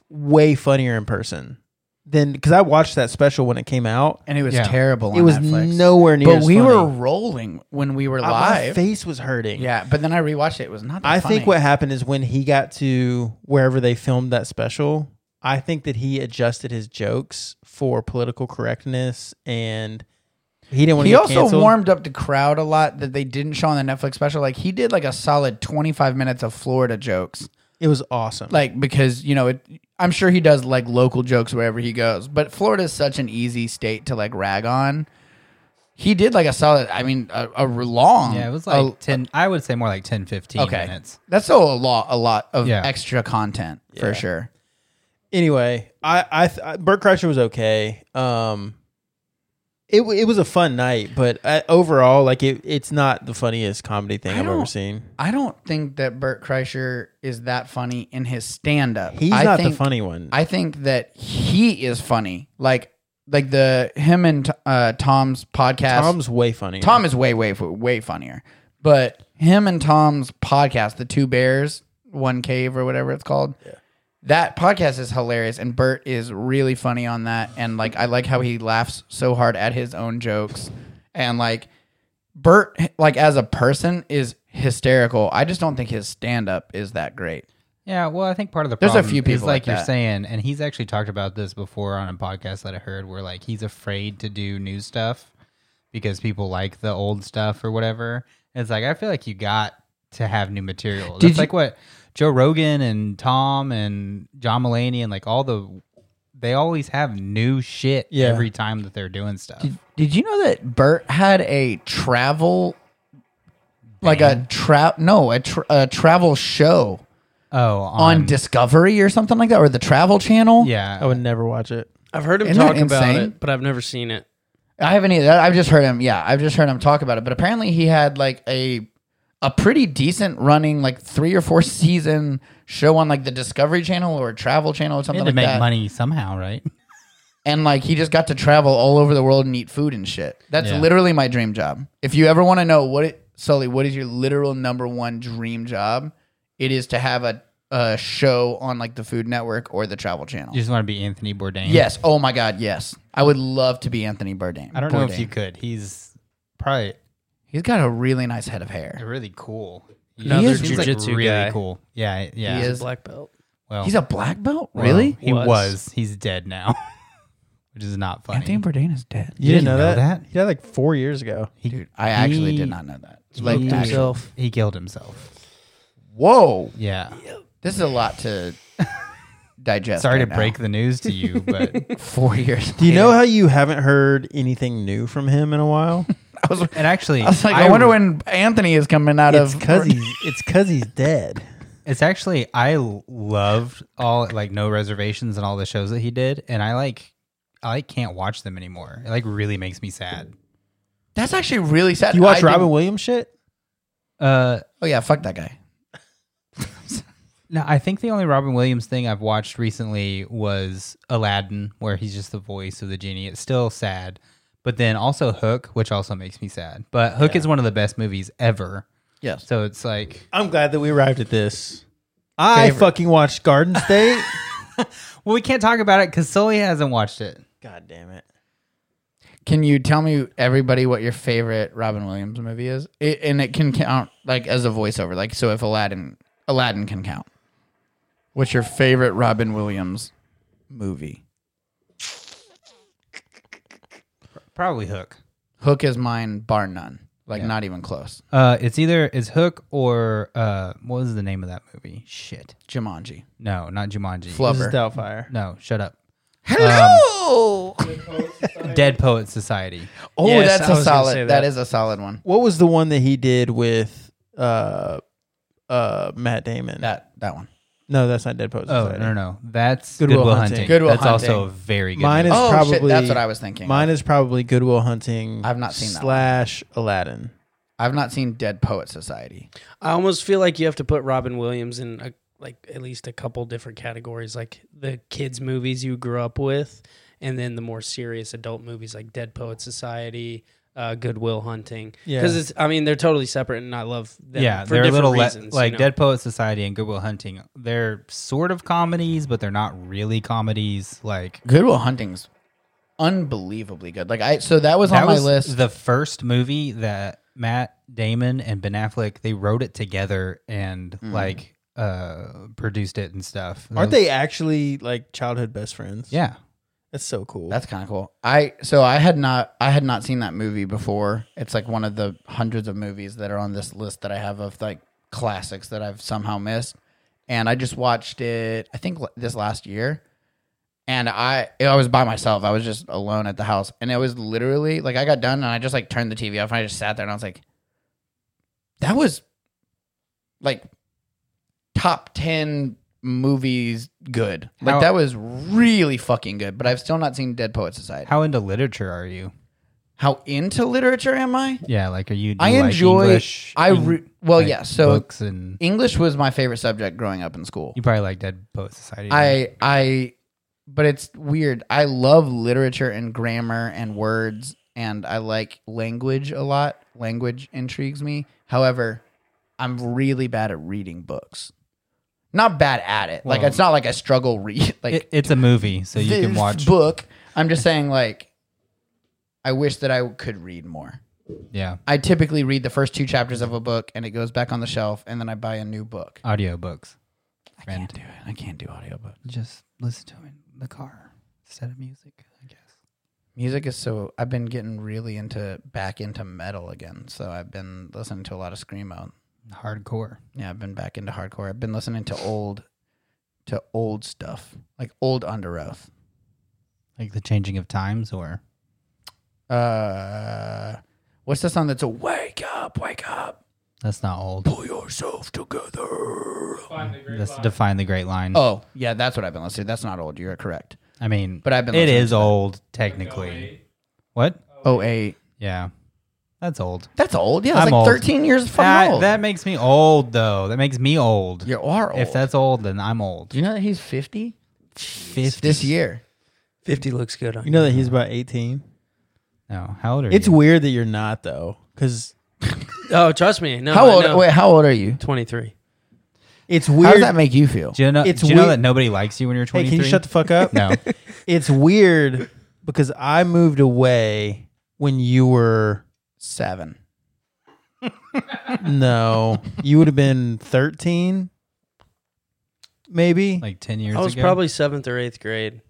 [SPEAKER 2] way funnier in person than cuz I watched that special when it came out.
[SPEAKER 3] and it was
[SPEAKER 1] Yeah.
[SPEAKER 3] terrible. On
[SPEAKER 2] It was
[SPEAKER 3] Netflix.
[SPEAKER 2] nowhere near
[SPEAKER 3] but
[SPEAKER 2] as
[SPEAKER 3] we
[SPEAKER 2] funny.
[SPEAKER 3] were rolling when we were
[SPEAKER 2] Uh, My
[SPEAKER 3] live.
[SPEAKER 2] face was hurting.
[SPEAKER 3] Yeah, but then I rewatched it. It was not. That
[SPEAKER 2] I
[SPEAKER 3] funny.
[SPEAKER 2] think what happened is when he got to wherever they filmed that special, I think that he adjusted his jokes for political correctness and he didn't want to
[SPEAKER 3] he
[SPEAKER 2] get
[SPEAKER 3] also
[SPEAKER 2] canceled.
[SPEAKER 3] warmed up the crowd a lot that they didn't show on the Netflix special. Like he did like a solid twenty five minutes of Florida jokes.
[SPEAKER 2] it was awesome.
[SPEAKER 3] Like because you know it, I'm sure he does like local jokes wherever he goes. But Florida is such an easy state to like rag on. He did like a solid. I mean, a, a long.
[SPEAKER 1] Yeah, it was like
[SPEAKER 3] Um, a- uh,
[SPEAKER 1] 10, I would say more like 10, 15
[SPEAKER 3] okay.
[SPEAKER 1] minutes.
[SPEAKER 3] That's still a lot. A lot of
[SPEAKER 1] Yeah.
[SPEAKER 3] extra content for sure.
[SPEAKER 2] anyway, I I, th- I Bert Kreischer was okay. Um it, w- it was a fun night, but I, overall, like it, it's not the funniest comedy thing
[SPEAKER 3] I
[SPEAKER 2] I've ever
[SPEAKER 3] don't-
[SPEAKER 2] seen.
[SPEAKER 3] I don't think that Bert Kreischer is that funny in his stand up.
[SPEAKER 2] He's
[SPEAKER 3] I
[SPEAKER 2] not
[SPEAKER 3] think,
[SPEAKER 2] the funny one.
[SPEAKER 3] I think that he is funny. Like like the him and uh, Tom's podcast.
[SPEAKER 2] Tom's way funny.
[SPEAKER 3] Tom is way way way funnier. But him and Tom's podcast, the Two Bears, One Cave or whatever it's called. That podcast is hilarious and Bert is really funny on that and like I like how he laughs so hard at his own jokes and like Bert like as a person is hysterical. I just don't think his stand up is that great.
[SPEAKER 1] Yeah, well, I think part of the
[SPEAKER 3] There's a
[SPEAKER 1] problem
[SPEAKER 3] few
[SPEAKER 1] is
[SPEAKER 3] people
[SPEAKER 1] like,
[SPEAKER 3] like
[SPEAKER 1] you're
[SPEAKER 3] that.
[SPEAKER 1] saying, and he's actually talked about this before on a podcast that I heard, where like he's afraid to do new stuff because people like the old stuff or whatever. And it's like I feel like you got to have new material.
[SPEAKER 3] Did
[SPEAKER 1] It's
[SPEAKER 3] you-
[SPEAKER 1] like what Joe Rogan and Tom and John Mulaney and like all the they always have new shit
[SPEAKER 2] Yeah.
[SPEAKER 1] every time that they're doing stuff.
[SPEAKER 3] Did, did you know that Bert had a travel, like a tra no a, tr a travel show
[SPEAKER 1] oh,
[SPEAKER 3] on
[SPEAKER 1] on,
[SPEAKER 3] Discovery or something like that, or the Travel Channel?
[SPEAKER 1] yeah,
[SPEAKER 2] I would never watch it.
[SPEAKER 4] I've heard him
[SPEAKER 3] Isn't
[SPEAKER 4] talk
[SPEAKER 3] that
[SPEAKER 4] about
[SPEAKER 3] insane?
[SPEAKER 4] it, but I've never seen it.
[SPEAKER 3] I haven't either. I've just heard him. Yeah, I've just heard him talk about it. But apparently, he had like a a pretty decent running, like three or four season show on like the Discovery Channel or Travel Channel or
[SPEAKER 1] They
[SPEAKER 3] something
[SPEAKER 1] had to
[SPEAKER 3] like
[SPEAKER 1] make
[SPEAKER 3] that.
[SPEAKER 1] money somehow, right?
[SPEAKER 3] And like he just got to travel all over the world and eat food and shit. That's
[SPEAKER 1] Yeah.
[SPEAKER 3] literally my dream job. If you ever want to know what it, Sully, what is your literal number one dream job? It is to have a, a show on like the Food Network or the Travel Channel.
[SPEAKER 1] You just want to be Anthony Bourdain.
[SPEAKER 3] yes. Oh my God. Yes. I would love to be Anthony Bourdain.
[SPEAKER 1] I don't know if
[SPEAKER 3] Bourdain.
[SPEAKER 1] you could. He's probably
[SPEAKER 3] He's got a really nice head of hair.
[SPEAKER 1] really cool.
[SPEAKER 4] Another
[SPEAKER 1] He seems like
[SPEAKER 4] jujitsu
[SPEAKER 1] really
[SPEAKER 4] guy.
[SPEAKER 1] cool. Yeah, yeah.
[SPEAKER 3] He
[SPEAKER 4] He's a
[SPEAKER 3] is-
[SPEAKER 4] black belt.
[SPEAKER 1] Well,
[SPEAKER 3] He's a black belt.
[SPEAKER 1] well,
[SPEAKER 3] Really?
[SPEAKER 1] he was.
[SPEAKER 4] Was.
[SPEAKER 1] He's dead now, which is not funny.
[SPEAKER 3] Anthony Bourdain is dead.
[SPEAKER 2] You, didn't, know, that?
[SPEAKER 1] that?
[SPEAKER 2] He died like four years ago.
[SPEAKER 1] He-
[SPEAKER 3] Dude, I actually
[SPEAKER 1] he-
[SPEAKER 3] did not know that. Like,
[SPEAKER 1] Smoked
[SPEAKER 3] actually-
[SPEAKER 1] himself. He killed himself.
[SPEAKER 3] whoa,
[SPEAKER 1] Yeah.
[SPEAKER 3] this is a lot to digest.
[SPEAKER 1] Sorry
[SPEAKER 3] right
[SPEAKER 1] to
[SPEAKER 3] now.
[SPEAKER 1] break the news to you, but
[SPEAKER 3] Four years.
[SPEAKER 2] Do you know how you haven't heard anything new from him in a while?
[SPEAKER 3] I was
[SPEAKER 1] and actually,
[SPEAKER 3] I was like, I, wonder when Anthony is coming out
[SPEAKER 2] it's
[SPEAKER 3] of.
[SPEAKER 2] because he's it's because he's dead.
[SPEAKER 1] It's actually I l- loved all like no reservations and all the shows that he did, and I like I like can't watch them anymore. It like really makes me sad.
[SPEAKER 3] That's actually really sad.
[SPEAKER 2] You watch
[SPEAKER 3] I
[SPEAKER 2] Robin
[SPEAKER 3] didn't-
[SPEAKER 2] Williams shit?
[SPEAKER 1] Uh,
[SPEAKER 3] Oh yeah, fuck that guy.
[SPEAKER 1] No, I think the only Robin Williams thing I've watched recently was Aladdin, where he's just the voice of the genie. It's still sad. But then also Hook, which also makes me sad. But Hook is one of the best movies ever.
[SPEAKER 3] Yes.
[SPEAKER 1] So it's like,
[SPEAKER 2] I'm glad that we arrived at this. I
[SPEAKER 3] Favorite.
[SPEAKER 2] fucking watched Garden State.
[SPEAKER 1] well, we can't talk about it because Sully hasn't watched it.
[SPEAKER 2] God damn it!
[SPEAKER 3] Can you tell me everybody what your favorite Robin Williams movie is? It, and it can count like as a voiceover. Like so, if Aladdin, Aladdin can count. What's your favorite Robin Williams movie?
[SPEAKER 1] Probably Hook.
[SPEAKER 3] Hook is mine, bar none. Like not even close.
[SPEAKER 1] Uh, it's either it's Hook or uh, what was the name of that movie? Shit.
[SPEAKER 3] Jumanji,
[SPEAKER 1] No, not Jumanji.
[SPEAKER 2] This is
[SPEAKER 3] Flubber.
[SPEAKER 2] Doubtfire.
[SPEAKER 1] no, shut up.
[SPEAKER 3] Hello.
[SPEAKER 1] Dead Poet Society.
[SPEAKER 3] oh,
[SPEAKER 4] Yes, I
[SPEAKER 3] that's a
[SPEAKER 4] was gonna
[SPEAKER 3] solid.
[SPEAKER 4] say
[SPEAKER 3] that
[SPEAKER 4] that.
[SPEAKER 3] is a solid one.
[SPEAKER 2] What was the one that he did with uh uh Matt Damon?
[SPEAKER 3] That that one.
[SPEAKER 2] no, that's not Dead Poets
[SPEAKER 1] Oh
[SPEAKER 2] Society.
[SPEAKER 1] no, no, that's
[SPEAKER 2] Goodwill
[SPEAKER 1] Goodwill,
[SPEAKER 2] Hunting.
[SPEAKER 1] Hunting.
[SPEAKER 3] Goodwill
[SPEAKER 1] that's also a
[SPEAKER 3] Hunting.
[SPEAKER 1] very good.
[SPEAKER 2] Mine
[SPEAKER 1] movie.
[SPEAKER 2] is
[SPEAKER 3] Oh
[SPEAKER 2] probably
[SPEAKER 3] shit, that's what I was thinking.
[SPEAKER 2] Mine is probably Goodwill Hunting.
[SPEAKER 3] I've not seen that one.
[SPEAKER 2] slash Aladdin.
[SPEAKER 3] I've not seen Dead Poet Society.
[SPEAKER 4] I almost feel like you have to put Robin Williams in a, like at least a couple different categories, like the kids movies you grew up with, and then the more serious adult movies like Dead Poet Society, uh, Goodwill Hunting.
[SPEAKER 2] Yeah.
[SPEAKER 4] because it's I mean they're totally separate, and I love them
[SPEAKER 1] yeah,
[SPEAKER 4] for
[SPEAKER 1] they're a
[SPEAKER 4] different
[SPEAKER 1] little le-
[SPEAKER 4] reasons, you
[SPEAKER 1] like
[SPEAKER 4] know?
[SPEAKER 1] Dead Poet Society and Goodwill Hunting. They're sort of comedies, but they're not really comedies. Like
[SPEAKER 3] Goodwill Hunting's unbelievably good. Like I, so that was
[SPEAKER 1] that
[SPEAKER 3] on my
[SPEAKER 1] was
[SPEAKER 3] list.
[SPEAKER 1] the first movie that Matt Damon and Ben Affleck they wrote it together and
[SPEAKER 4] Hmm.
[SPEAKER 1] like uh produced it and stuff.
[SPEAKER 2] Aren't
[SPEAKER 1] Those-
[SPEAKER 2] they actually like childhood best friends?
[SPEAKER 1] Yeah,
[SPEAKER 2] That's so cool.
[SPEAKER 3] That's kind of cool. I so I had not I had not seen that movie before. It's like one of the hundreds of movies that are on this list that I have of like classics that I've somehow missed. And I just watched it. I think l- this last year. And I I was by myself. I was just alone at the house, and it was literally like I got done and I just like turned the TV off and I just sat there and I was like, that was like top 10 movies good. Like
[SPEAKER 1] How-
[SPEAKER 3] that was really fucking good, but I've still not seen Dead Poet Society. How,
[SPEAKER 1] how into literature are you?
[SPEAKER 3] into literature am I?
[SPEAKER 1] Yeah, like are you? do
[SPEAKER 3] I
[SPEAKER 1] you like
[SPEAKER 3] enjoy
[SPEAKER 1] English,
[SPEAKER 3] I
[SPEAKER 1] Eng-
[SPEAKER 3] re, well,
[SPEAKER 1] like,
[SPEAKER 3] yeah, so
[SPEAKER 1] books and
[SPEAKER 3] English was my favorite subject growing up in school.
[SPEAKER 1] you probably like Dead Poet Society. right?
[SPEAKER 3] I I but it's weird. I love literature and grammar and words and I like language a lot. Language intrigues me. However, I'm really bad at reading books. Not bad at it. like
[SPEAKER 1] Well-
[SPEAKER 3] it's not like I struggle read like
[SPEAKER 1] It- it's a movie, so you can
[SPEAKER 3] this
[SPEAKER 1] watch.
[SPEAKER 3] book. I'm just saying like I wish that I could read more.
[SPEAKER 1] Yeah,
[SPEAKER 3] I typically read the first two chapters of a book and it goes back on the shelf and then I buy a new book.
[SPEAKER 1] audiobooks.
[SPEAKER 3] I
[SPEAKER 1] Friend.
[SPEAKER 3] can't do it. I can't do audiobooks.
[SPEAKER 1] Just listen to it in the car instead of music, I guess.
[SPEAKER 3] Music is so I've been getting really into back into metal again. So I've been listening to a lot of screamo.
[SPEAKER 1] Hardcore.
[SPEAKER 3] Yeah, I've been back into hardcore. I've been listening to old to old stuff, like old Under Oath.
[SPEAKER 1] Like the changing of times or
[SPEAKER 3] Uh what's the song that's a wake up, wake up,
[SPEAKER 1] that's not old.
[SPEAKER 3] pull yourself together.
[SPEAKER 1] That's define the great line.
[SPEAKER 3] Oh, yeah, that's what I've been listening to. That's not old. You're correct.
[SPEAKER 1] I mean,
[SPEAKER 3] But I've been
[SPEAKER 1] it
[SPEAKER 3] listening
[SPEAKER 1] is
[SPEAKER 3] to that.
[SPEAKER 1] old technically. What?
[SPEAKER 3] Oh eight.
[SPEAKER 1] Yeah. That's old.
[SPEAKER 3] That's old. Yeah, it's
[SPEAKER 1] I'm
[SPEAKER 3] like
[SPEAKER 1] old.
[SPEAKER 3] thirteen years fucking
[SPEAKER 1] Ah,
[SPEAKER 3] old.
[SPEAKER 1] That makes me old though. That makes me old.
[SPEAKER 3] you are old.
[SPEAKER 1] If that's old, then I'm old.
[SPEAKER 3] do you know that he's fifty?
[SPEAKER 1] 50.
[SPEAKER 3] This year.
[SPEAKER 4] Fifty looks good on
[SPEAKER 2] you know that he's about eighteen.
[SPEAKER 1] No, how old are
[SPEAKER 2] It's
[SPEAKER 1] you?
[SPEAKER 2] weird that you're not though, because
[SPEAKER 4] Oh, trust me. No,
[SPEAKER 3] how old wait, how old are you?
[SPEAKER 4] Twenty three.
[SPEAKER 2] it's
[SPEAKER 3] How
[SPEAKER 2] weird.
[SPEAKER 3] does that make you feel?
[SPEAKER 1] Do you know,
[SPEAKER 2] It's
[SPEAKER 1] do you know
[SPEAKER 2] weird-
[SPEAKER 1] that nobody likes you when you're
[SPEAKER 2] hey,
[SPEAKER 1] 23?
[SPEAKER 2] can you shut the fuck up?
[SPEAKER 1] No.
[SPEAKER 2] It's weird because I moved away when you were
[SPEAKER 3] Seven.
[SPEAKER 2] no, you would have been thirteen, maybe.
[SPEAKER 1] like 10 years
[SPEAKER 4] I was
[SPEAKER 1] ago.
[SPEAKER 4] probably seventh or eighth grade.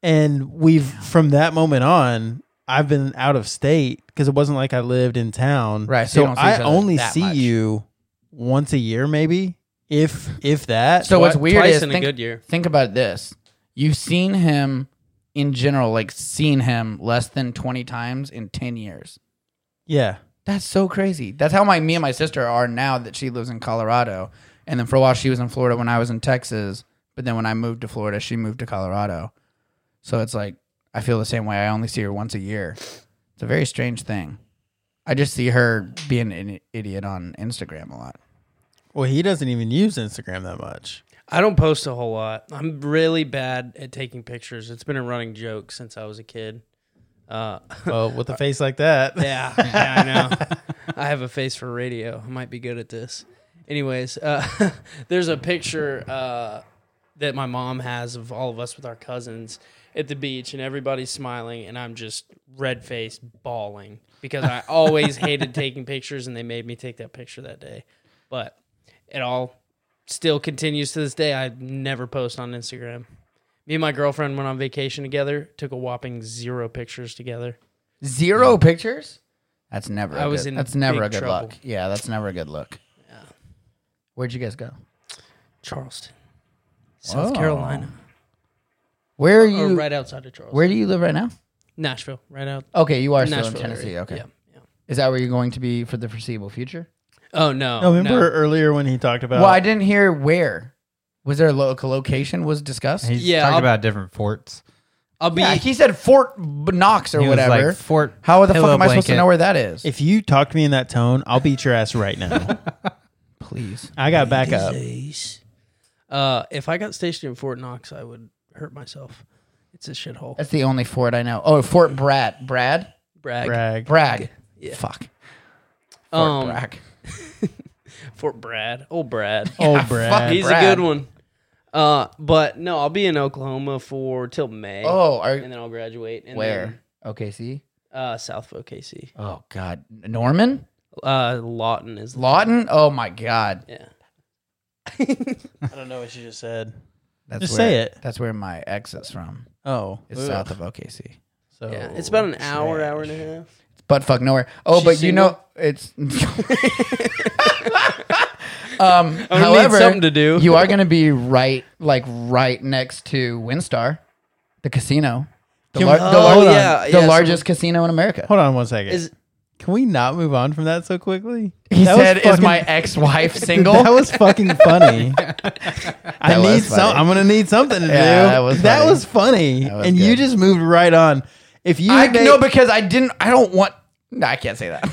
[SPEAKER 2] and we've from that moment on i've been out of state because it wasn't like i lived in town
[SPEAKER 3] Right, so
[SPEAKER 2] so,
[SPEAKER 3] you don't see each
[SPEAKER 2] i
[SPEAKER 3] other
[SPEAKER 2] only
[SPEAKER 3] that
[SPEAKER 2] see
[SPEAKER 3] much.
[SPEAKER 2] you once a year maybe if if that
[SPEAKER 3] So what's
[SPEAKER 4] Twi-
[SPEAKER 3] weird
[SPEAKER 4] twice
[SPEAKER 3] is
[SPEAKER 4] in a
[SPEAKER 3] think,
[SPEAKER 4] good year.
[SPEAKER 3] think about this. You've seen him in general, like seen him less than twenty times in ten years.
[SPEAKER 2] yeah
[SPEAKER 3] That's so crazy. That's how my me and my sister are now that she lives in Colorado. And then for a while she was in Florida when I was in Texas. But then when I moved to Florida, she moved to Colorado. So it's like I feel the same way. I only see her once a year. It's a very strange thing. I just see her being an idiot on Instagram a lot.
[SPEAKER 2] well he doesn't even use instagram that much
[SPEAKER 4] I don't post a whole lot. I'm really bad at taking pictures. It's been a running joke since I was a kid. Uh,
[SPEAKER 2] oh with a face like that
[SPEAKER 4] yeah, yeah, I know. I have a face for radio. I might be good at this. Anyways, uh, there's a picture uh, that my mom has of all of us with our cousins at the beach, and everybody's smiling, and I'm just red faced, bawling because I always hated taking pictures, and they made me take that picture that day. But it all still continues to this day. I never post on Instagram. Me and my girlfriend went on vacation together, took a whopping zero pictures together.
[SPEAKER 3] Zero pictures? That's never. I
[SPEAKER 4] I was
[SPEAKER 3] good,
[SPEAKER 4] in
[SPEAKER 3] That's never
[SPEAKER 4] big
[SPEAKER 3] a good
[SPEAKER 4] trouble.
[SPEAKER 3] look. Yeah, that's never a good look. Where'd you guys go?
[SPEAKER 4] Charleston, South
[SPEAKER 3] Oh.
[SPEAKER 4] Carolina,
[SPEAKER 3] Where are
[SPEAKER 4] or
[SPEAKER 3] you?
[SPEAKER 4] Uh, right outside of Charleston,
[SPEAKER 3] where do you live right now?
[SPEAKER 4] Nashville, right out
[SPEAKER 3] Okay, you are still
[SPEAKER 4] Nashville,
[SPEAKER 3] in
[SPEAKER 4] area.
[SPEAKER 3] Tennessee. Okay,
[SPEAKER 4] Yeah, yeah.
[SPEAKER 3] is that where you're going to be for the foreseeable future?
[SPEAKER 4] Oh no,
[SPEAKER 2] no, remember
[SPEAKER 4] no.
[SPEAKER 2] earlier when he talked about
[SPEAKER 3] well, I didn't hear where. Was there a local location was discussed?
[SPEAKER 1] He's
[SPEAKER 4] Yeah,
[SPEAKER 1] talking
[SPEAKER 4] I'll-
[SPEAKER 1] about different forts. I'll be.
[SPEAKER 3] Yeah, he said Fort B- Knox or
[SPEAKER 1] He was like,
[SPEAKER 3] whatever.
[SPEAKER 1] "Fort
[SPEAKER 3] How the fuck
[SPEAKER 1] Pillow
[SPEAKER 3] am I supposed to
[SPEAKER 1] Blanket."
[SPEAKER 3] know where that is?
[SPEAKER 2] If you talk to me in that tone, I'll beat your ass right now.
[SPEAKER 3] Please.
[SPEAKER 2] I got back up.
[SPEAKER 4] Uh, if I got stationed in Fort Knox, I would hurt myself. It's a shithole.
[SPEAKER 3] That's the only Fort I know. Oh, Fort Brad. Brad?
[SPEAKER 4] Bragg.
[SPEAKER 2] Brag.
[SPEAKER 3] Bragg.
[SPEAKER 4] Yeah.
[SPEAKER 3] Fuck. Fort
[SPEAKER 4] Um,
[SPEAKER 3] Bragg.
[SPEAKER 4] Fort Brad. Old Brad.
[SPEAKER 2] Oh,
[SPEAKER 3] Ah, fuck.
[SPEAKER 2] Brad.
[SPEAKER 4] He's
[SPEAKER 3] Brad.
[SPEAKER 4] a good one. Uh, but no, I'll be in Oklahoma for till May.
[SPEAKER 3] Oh, are,
[SPEAKER 4] and then I'll graduate. And
[SPEAKER 3] where? OKC?
[SPEAKER 4] Then, uh, South OKC.
[SPEAKER 3] Oh, God. Norman?
[SPEAKER 4] Uh, Lawton is.
[SPEAKER 3] Lawton? Oh, my God.
[SPEAKER 4] yeah.
[SPEAKER 2] I don't know what you just said.
[SPEAKER 3] That's
[SPEAKER 2] Just
[SPEAKER 3] where,
[SPEAKER 2] say it.
[SPEAKER 3] That's where my ex is from.
[SPEAKER 2] Oh,
[SPEAKER 3] It's
[SPEAKER 2] Ugh.
[SPEAKER 3] south of OKC.
[SPEAKER 2] So
[SPEAKER 4] Yeah. It's about an hour, hour and a half.
[SPEAKER 3] But fuck nowhere. Oh,
[SPEAKER 4] She's
[SPEAKER 3] but you know
[SPEAKER 4] single?
[SPEAKER 3] it's. um,
[SPEAKER 4] I
[SPEAKER 3] however,
[SPEAKER 4] need something to do.
[SPEAKER 3] you are going to be right, like right next to Windstar, the casino, the,
[SPEAKER 2] Can
[SPEAKER 3] lar-
[SPEAKER 2] we-
[SPEAKER 3] the,
[SPEAKER 4] oh,
[SPEAKER 3] lar-
[SPEAKER 4] yeah,
[SPEAKER 3] the
[SPEAKER 4] yeah, so-
[SPEAKER 3] largest casino in America.
[SPEAKER 2] Hold on one second.
[SPEAKER 4] Is
[SPEAKER 2] Can we not move on from that so quickly?
[SPEAKER 3] He
[SPEAKER 2] That was
[SPEAKER 3] said, "Is
[SPEAKER 2] fucking-
[SPEAKER 3] my ex-wife single?"
[SPEAKER 2] That was fucking funny. I
[SPEAKER 3] That was
[SPEAKER 2] need
[SPEAKER 3] funny.
[SPEAKER 2] some. I'm gonna need something to do.
[SPEAKER 3] Yeah, that was funny.
[SPEAKER 2] funny.
[SPEAKER 3] That was
[SPEAKER 2] and you
[SPEAKER 3] good.
[SPEAKER 2] just moved right on. If you
[SPEAKER 3] I
[SPEAKER 2] had made-
[SPEAKER 3] no, because I didn't. I don't want. No, I can't say that.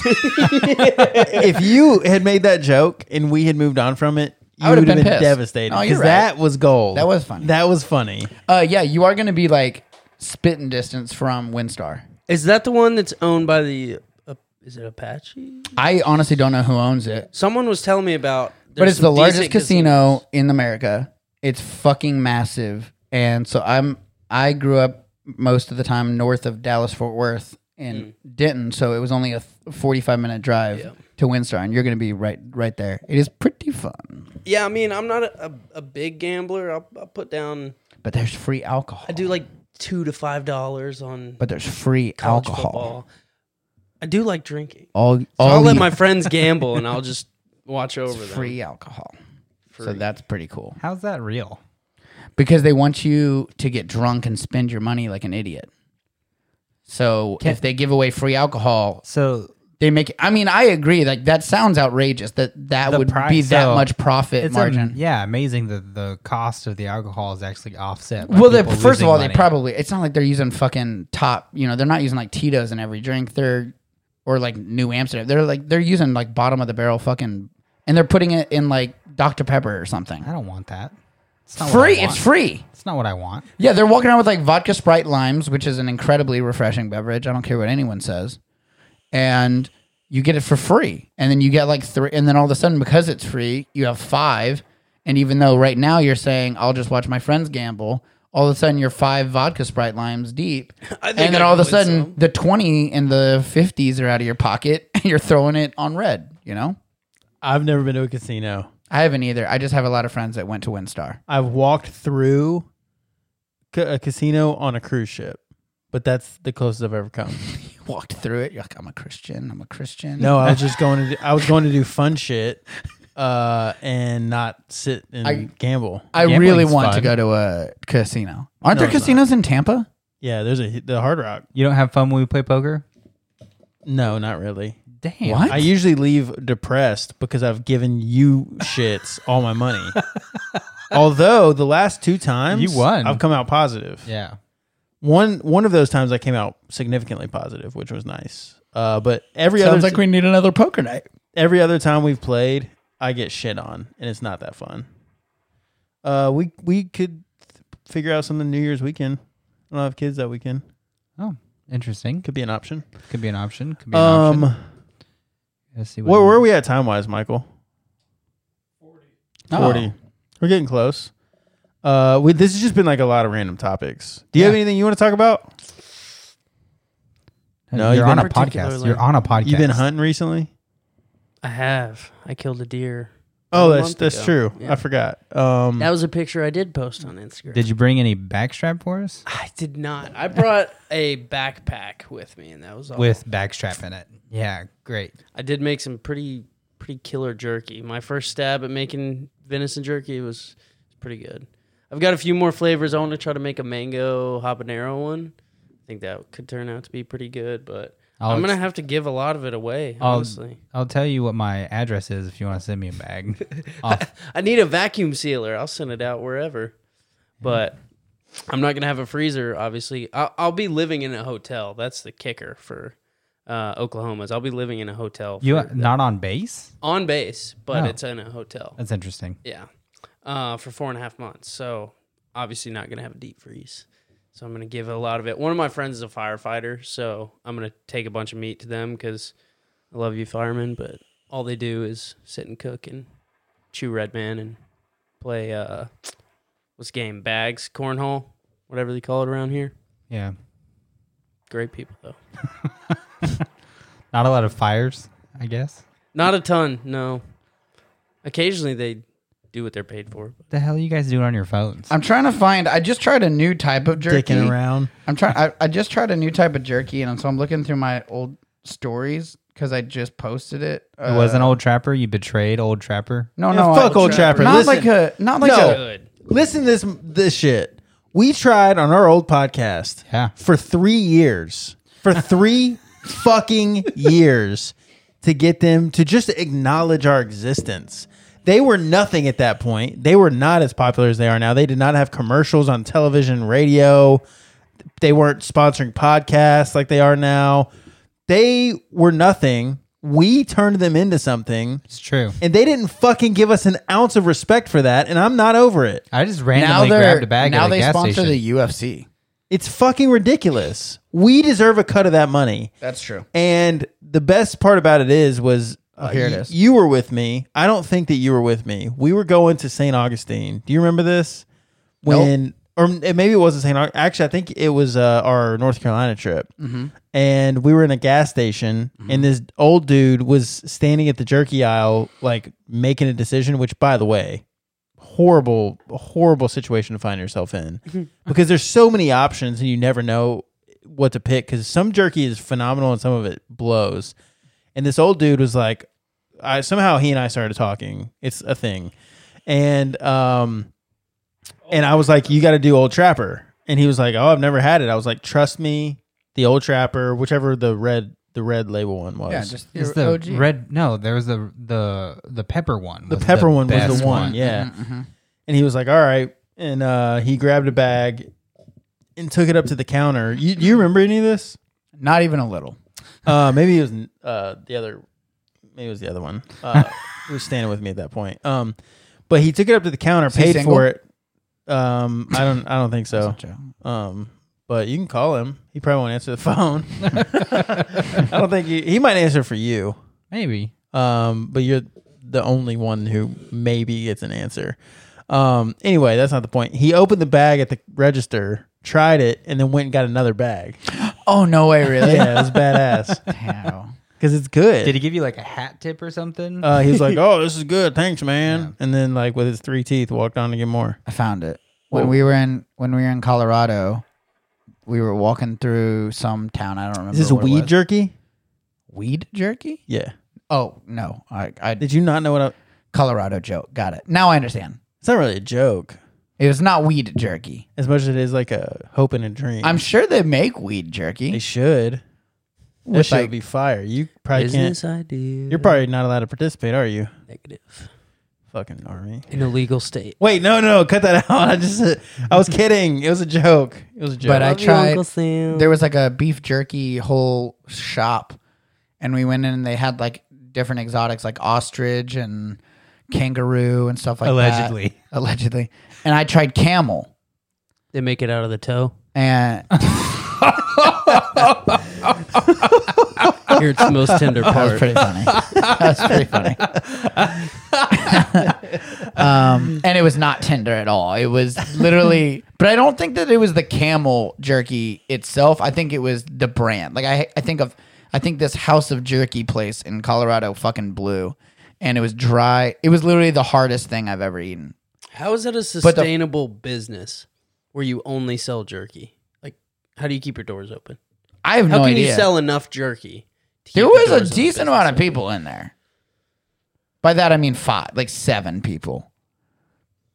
[SPEAKER 2] if you had made that joke and we had moved on from it, you
[SPEAKER 3] I
[SPEAKER 2] would
[SPEAKER 3] would've
[SPEAKER 2] have been,
[SPEAKER 3] been pissed.
[SPEAKER 2] devastated
[SPEAKER 3] No, you're
[SPEAKER 2] because
[SPEAKER 3] right.
[SPEAKER 2] that was gold.
[SPEAKER 3] That was funny.
[SPEAKER 2] That was funny.
[SPEAKER 3] uh, yeah, you are going to be like spitting distance from Windstar.
[SPEAKER 4] is that the one that's owned by the? Uh, is it Apache?
[SPEAKER 3] I honestly don't know who owns it.
[SPEAKER 4] Someone was telling me about.
[SPEAKER 3] but
[SPEAKER 4] there's
[SPEAKER 3] it's the
[SPEAKER 4] some
[SPEAKER 3] largest
[SPEAKER 4] decent
[SPEAKER 3] casino in America. It's fucking massive, and so I'm I grew up most of the time north of Dallas Fort Worth in
[SPEAKER 4] Hmm.
[SPEAKER 3] Denton, so it was only a th- 45 minute drive to Windstar, and you're going to be right right there. It is pretty fun,
[SPEAKER 4] casinos. Yeah, I mean, I'm not a, a, a big gambler. I'll, I'll put down.
[SPEAKER 3] but there's free alcohol.
[SPEAKER 4] I do like two to five dollars on
[SPEAKER 3] but there's free
[SPEAKER 4] college
[SPEAKER 3] alcohol.
[SPEAKER 4] football. I do like drinking.
[SPEAKER 3] All
[SPEAKER 4] So
[SPEAKER 3] all
[SPEAKER 4] I'll let
[SPEAKER 3] you-
[SPEAKER 4] my friends gamble and I'll just watch over
[SPEAKER 3] it's
[SPEAKER 4] them.
[SPEAKER 3] free alcohol. So that's pretty cool
[SPEAKER 1] How's that real?
[SPEAKER 3] because they want you to get drunk and spend your money like an idiot. So if they give away free alcohol,
[SPEAKER 1] So
[SPEAKER 3] they make i mean i agree like that sounds outrageous that that
[SPEAKER 1] The
[SPEAKER 3] would
[SPEAKER 1] pri-
[SPEAKER 3] be that
[SPEAKER 1] so
[SPEAKER 3] much profit
[SPEAKER 1] it's
[SPEAKER 3] margin
[SPEAKER 1] am- yeah, amazing that the cost of the alcohol is actually offset. by
[SPEAKER 3] well they,
[SPEAKER 1] people
[SPEAKER 3] first of
[SPEAKER 1] losing
[SPEAKER 3] all they
[SPEAKER 1] money.
[SPEAKER 3] probably it's not like they're using fucking top you know they're not using like tito's in every drink they're or like new amsterdam they're like they're using like bottom of the barrel fucking and they're putting it in like dr pepper or something
[SPEAKER 1] I don't want that. It's not
[SPEAKER 3] free
[SPEAKER 1] What I want.
[SPEAKER 3] it's free
[SPEAKER 1] It's not what I want.
[SPEAKER 3] yeah they're walking around with like vodka sprite limes which is an incredibly refreshing beverage i don't care what anyone says and you get it for free. And then you get like three, and then all of a sudden, because it's free, you have five. And even though right now you're saying, I'll just watch my friends gamble, all of a sudden you're five vodka sprite limes deep.
[SPEAKER 4] I think
[SPEAKER 3] And then
[SPEAKER 4] I
[SPEAKER 3] all of a
[SPEAKER 4] can win
[SPEAKER 3] sudden,
[SPEAKER 4] some.
[SPEAKER 3] the 20 and the 50s are out of your pocket and you're throwing it on red, you know?
[SPEAKER 2] I've never been to a casino.
[SPEAKER 3] I haven't either. I just have a lot of friends that went to Windstar.
[SPEAKER 2] I've walked through ca- a casino on a cruise ship, but that's the closest I've ever come.
[SPEAKER 3] You walked through it. You're like, I'm a Christian. I'm a Christian.
[SPEAKER 2] No, I was just going to. Do, I was going to do fun shit, uh, and not sit and
[SPEAKER 3] I-
[SPEAKER 2] gamble.
[SPEAKER 3] I
[SPEAKER 2] Gambling's
[SPEAKER 3] really want to
[SPEAKER 2] fun.
[SPEAKER 3] go to a casino. Aren't
[SPEAKER 2] No,
[SPEAKER 3] there
[SPEAKER 2] it's not.
[SPEAKER 3] casinos in Tampa?
[SPEAKER 2] Yeah, there's a the Hard Rock.
[SPEAKER 1] You don't have fun when we play poker.
[SPEAKER 2] No, not really.
[SPEAKER 1] Damn.
[SPEAKER 3] What?
[SPEAKER 2] I usually leave depressed because I've given you shits all my money. Although the last two times
[SPEAKER 1] You won.
[SPEAKER 2] I've come out positive.
[SPEAKER 1] Yeah.
[SPEAKER 2] One one of those times I came out significantly positive, which was nice. Uh, but every other ti-
[SPEAKER 3] we need another poker night.
[SPEAKER 2] every other time we've played, I get shit on, and it's not that fun. Uh, we we could th- figure out something New Year's weekend. I don't have kids that weekend.
[SPEAKER 1] Oh, interesting. Could,
[SPEAKER 2] Could be an option.
[SPEAKER 1] could be an option. Could be an
[SPEAKER 2] Um,
[SPEAKER 1] option. Let's see.
[SPEAKER 2] where where are we at time wise, Michael?
[SPEAKER 3] Oh.
[SPEAKER 2] Forty. We're getting close. Uh, we, this has just been like a lot of random topics. Do you have anything you want to talk about? No,
[SPEAKER 1] No, you're
[SPEAKER 2] you've been
[SPEAKER 1] on a podcast.
[SPEAKER 4] particularly-
[SPEAKER 1] You're on a podcast.
[SPEAKER 2] You've been hunting recently.
[SPEAKER 4] I have. I killed a deer.
[SPEAKER 2] Oh,
[SPEAKER 4] a
[SPEAKER 2] that's
[SPEAKER 4] month
[SPEAKER 2] that's
[SPEAKER 4] ago.
[SPEAKER 2] true.
[SPEAKER 4] Yeah.
[SPEAKER 2] I forgot. Um,
[SPEAKER 4] That was a picture I did post on Instagram.
[SPEAKER 1] Did you bring any backstrap for us?
[SPEAKER 4] I did not. I brought a backpack with me, and that was all.
[SPEAKER 1] With backstrap in it. Yeah, great.
[SPEAKER 4] I did make some pretty pretty killer jerky. My first stab at making venison jerky was pretty good. I've got a few more flavors. I want to try to make a mango habanero one. I think that could turn out to be pretty good, but i
[SPEAKER 1] I'll
[SPEAKER 4] am gonna
[SPEAKER 1] ex-
[SPEAKER 4] have to give a lot of it away.
[SPEAKER 1] I'll-
[SPEAKER 4] honestly,
[SPEAKER 1] I'll tell you what my address is if you want to send me a bag. Off-
[SPEAKER 4] I need a vacuum sealer. I'll send it out wherever. But I'm not gonna have a freezer. Obviously, I'll, I'll be living in a hotel. That's the kicker for uh, Oklahoma's. I'll be living in a hotel.
[SPEAKER 1] You
[SPEAKER 4] for-
[SPEAKER 1] not on base?
[SPEAKER 4] on base, but
[SPEAKER 1] No.
[SPEAKER 4] it's in a hotel.
[SPEAKER 1] That's interesting.
[SPEAKER 4] Yeah, uh, for four and a half months. So obviously not gonna have a deep freeze. So I'm gonna give a lot of it. One of my friends is a firefighter, so I'm gonna take a bunch of meat to them because I love you firemen. But all they do is sit and cook and chew Red Man and play uh, what's the game bags cornhole, whatever they call it around here.
[SPEAKER 1] Yeah.
[SPEAKER 4] Great people though.
[SPEAKER 1] Not a lot of fires, I guess.
[SPEAKER 4] Not a ton, no. Occasionally they do what they're paid for.
[SPEAKER 1] What the hell are you guys doing on your phones?
[SPEAKER 3] I'm trying to find. I just tried a new type of jerky.
[SPEAKER 2] Dicking around.
[SPEAKER 3] I'm trying. I, I just tried a new type of jerky, and so I'm looking through my old stories because I just posted it. Uh,
[SPEAKER 1] it was an old trapper. You betrayed old trapper.
[SPEAKER 3] No,
[SPEAKER 2] Yeah,
[SPEAKER 3] no,
[SPEAKER 2] fuck Old Trapper.
[SPEAKER 3] Not
[SPEAKER 2] Listen.
[SPEAKER 3] like a, not like
[SPEAKER 2] No.
[SPEAKER 3] a.
[SPEAKER 4] Good.
[SPEAKER 2] Listen to this this shit. We tried on our old podcast
[SPEAKER 1] Yeah.
[SPEAKER 2] for three years. For three fucking years to get them to just acknowledge our existence. They were nothing at that point. They were not as popular as they are now. They did not have commercials on television, radio. They weren't sponsoring podcasts like they are now. They were nothing. We turned them into something,
[SPEAKER 1] It's true.
[SPEAKER 2] and they didn't fucking give us an ounce of respect for that. And I'm not over it.
[SPEAKER 1] I just
[SPEAKER 3] Now
[SPEAKER 1] randomly
[SPEAKER 3] they're
[SPEAKER 1] grabbed a bag
[SPEAKER 3] now
[SPEAKER 1] at a
[SPEAKER 3] they
[SPEAKER 1] gas
[SPEAKER 3] sponsor
[SPEAKER 1] station.
[SPEAKER 3] the UFC.
[SPEAKER 2] It's fucking ridiculous. We deserve a cut of that money.
[SPEAKER 3] That's true.
[SPEAKER 2] And the best part about it is was uh,
[SPEAKER 3] here it
[SPEAKER 2] y-
[SPEAKER 3] is.
[SPEAKER 2] You were with me. I don't think that you were with me. We were going to St. Augustine. Do you remember this? When or m- maybe it wasn't St. Augustine. Actually, I think it was uh, our North Carolina trip.
[SPEAKER 3] Mm-hmm.
[SPEAKER 2] And we were in a gas station, and this old dude was standing at the jerky aisle, like making a decision. Which, by the way, horrible, horrible situation to find yourself in because there's so many options and you never know what to pick because some jerky is phenomenal and some of it blows. And this old dude was like, I somehow he and I started talking. It's a thing, and um, and I was like, you got to do Old Trapper, and he was like, oh, I've never had it. I was like, trust me, the Old Trapper, whichever the red the red label one was.
[SPEAKER 3] Yeah, just
[SPEAKER 1] It's
[SPEAKER 3] your
[SPEAKER 1] the
[SPEAKER 3] OG.
[SPEAKER 1] red. No, there was the the the pepper one.
[SPEAKER 2] the
[SPEAKER 1] was
[SPEAKER 2] pepper one was
[SPEAKER 1] best
[SPEAKER 2] the one, yeah. And he was like, all right, and uh, he grabbed a bag and took it up to the counter. You do you remember any of this?
[SPEAKER 3] Not even a little.
[SPEAKER 2] Uh, maybe it was uh, the other. Maybe it was the other one. Uh, who was standing with me at that point? Um, but he took it up to the counter,
[SPEAKER 3] he
[SPEAKER 2] paid
[SPEAKER 3] single?
[SPEAKER 2] for it. Um, I don't. I don't think so.
[SPEAKER 3] joke.
[SPEAKER 2] Um, but you can call him. He probably won't answer the phone. I don't think he, he might answer for you.
[SPEAKER 1] Maybe.
[SPEAKER 2] Um, but you're the only one who maybe gets an answer. Um, anyway, that's not the point. He opened the bag at the register, tried it, and then went and got another bag.
[SPEAKER 3] Oh no way! Really?
[SPEAKER 2] Yeah, it was badass
[SPEAKER 3] Wow.
[SPEAKER 2] because it's good.
[SPEAKER 1] Did he give you like a hat tip or something?
[SPEAKER 2] Uh, he was like, "Oh, this is good, thanks, man." And then, like with his three teeth, walked on to get more.
[SPEAKER 3] I found it. When we were in when we were in Colorado, we were walking through some town. I don't remember.
[SPEAKER 2] Is this
[SPEAKER 3] what it
[SPEAKER 2] weed
[SPEAKER 3] was.
[SPEAKER 2] jerky?
[SPEAKER 3] weed jerky?
[SPEAKER 2] Yeah.
[SPEAKER 3] Oh no! I, I
[SPEAKER 2] Did you not know what? I,
[SPEAKER 3] Colorado joke. Got it. Now I understand.
[SPEAKER 2] it's not really a joke
[SPEAKER 3] It was not weed jerky.
[SPEAKER 2] as much as it is like a hope and a dream.
[SPEAKER 3] I'm sure they make weed
[SPEAKER 2] They
[SPEAKER 3] jerky.
[SPEAKER 2] should. That
[SPEAKER 3] With,
[SPEAKER 2] should
[SPEAKER 3] like-
[SPEAKER 2] be fire. You probably can't.
[SPEAKER 4] Business idea.
[SPEAKER 2] You're probably not allowed to participate, are you?
[SPEAKER 4] negative.
[SPEAKER 2] Fucking army.
[SPEAKER 4] In a legal state.
[SPEAKER 2] Wait, no, no, cut that out. I just, I was kidding. It was a joke. It was a joke.
[SPEAKER 3] But I
[SPEAKER 4] Love you,
[SPEAKER 3] tried.
[SPEAKER 4] Uncle Sam.
[SPEAKER 3] There was like a beef jerky whole shop, and we went in and they had like different exotics like ostrich and kangaroo and stuff like
[SPEAKER 1] Allegedly.
[SPEAKER 3] that. Allegedly, and I tried camel.
[SPEAKER 4] They make it out of the toe.
[SPEAKER 3] And
[SPEAKER 4] Here it's the most tender
[SPEAKER 3] That was
[SPEAKER 4] part.
[SPEAKER 3] pretty funny. that was pretty funny. um, and it was not tender at all. It was literally, but I don't think that it was the camel jerky itself. I think it was the brand. Like I, I think of, I think this House of Jerky place in Colorado fucking blew, and it was dry. It was literally the hardest thing I've ever eaten.
[SPEAKER 4] How is that a sustainable business where you only sell jerky? Like, how do you keep your doors open?
[SPEAKER 3] I have
[SPEAKER 4] How
[SPEAKER 3] no
[SPEAKER 4] can
[SPEAKER 3] idea.
[SPEAKER 4] you sell enough jerky? to
[SPEAKER 3] there
[SPEAKER 4] keep the
[SPEAKER 3] was a
[SPEAKER 4] doors open?
[SPEAKER 3] decent amount of people in there. By that I mean five, like seven people.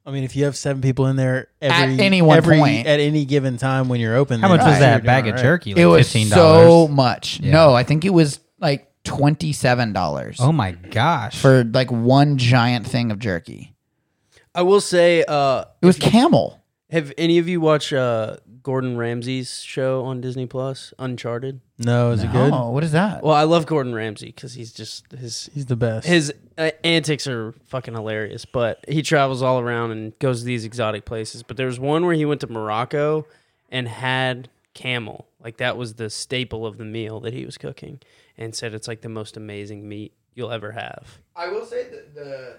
[SPEAKER 2] I mean, if you have seven people in there every,
[SPEAKER 3] At any one
[SPEAKER 2] every-
[SPEAKER 3] point.
[SPEAKER 2] at any given time when you're open,
[SPEAKER 1] How
[SPEAKER 2] then
[SPEAKER 1] much was
[SPEAKER 2] you're
[SPEAKER 1] that
[SPEAKER 2] doing
[SPEAKER 1] bag
[SPEAKER 2] all
[SPEAKER 1] of
[SPEAKER 2] right.
[SPEAKER 1] jerky? Like
[SPEAKER 3] it was
[SPEAKER 1] $15?
[SPEAKER 3] so much. No, I think it was like twenty seven dollars
[SPEAKER 1] Oh my gosh.
[SPEAKER 3] for like one giant thing of jerky.
[SPEAKER 4] I will say, uh,
[SPEAKER 3] It was camel.
[SPEAKER 4] Have any of you watched uh, Gordon Ramsay's show on Disney Plus, Uncharted?
[SPEAKER 2] No, is it good?
[SPEAKER 3] Oh, what is that?
[SPEAKER 4] Well, I love Gordon Ramsay because he's just his
[SPEAKER 2] He's the best.
[SPEAKER 4] his uh, antics are fucking hilarious. But he travels all around and goes to these exotic places. But there was one where he went to Morocco and had camel. Like that was the staple of the meal that he was cooking, and said it's like the most amazing meat you'll ever have.
[SPEAKER 5] I will say that the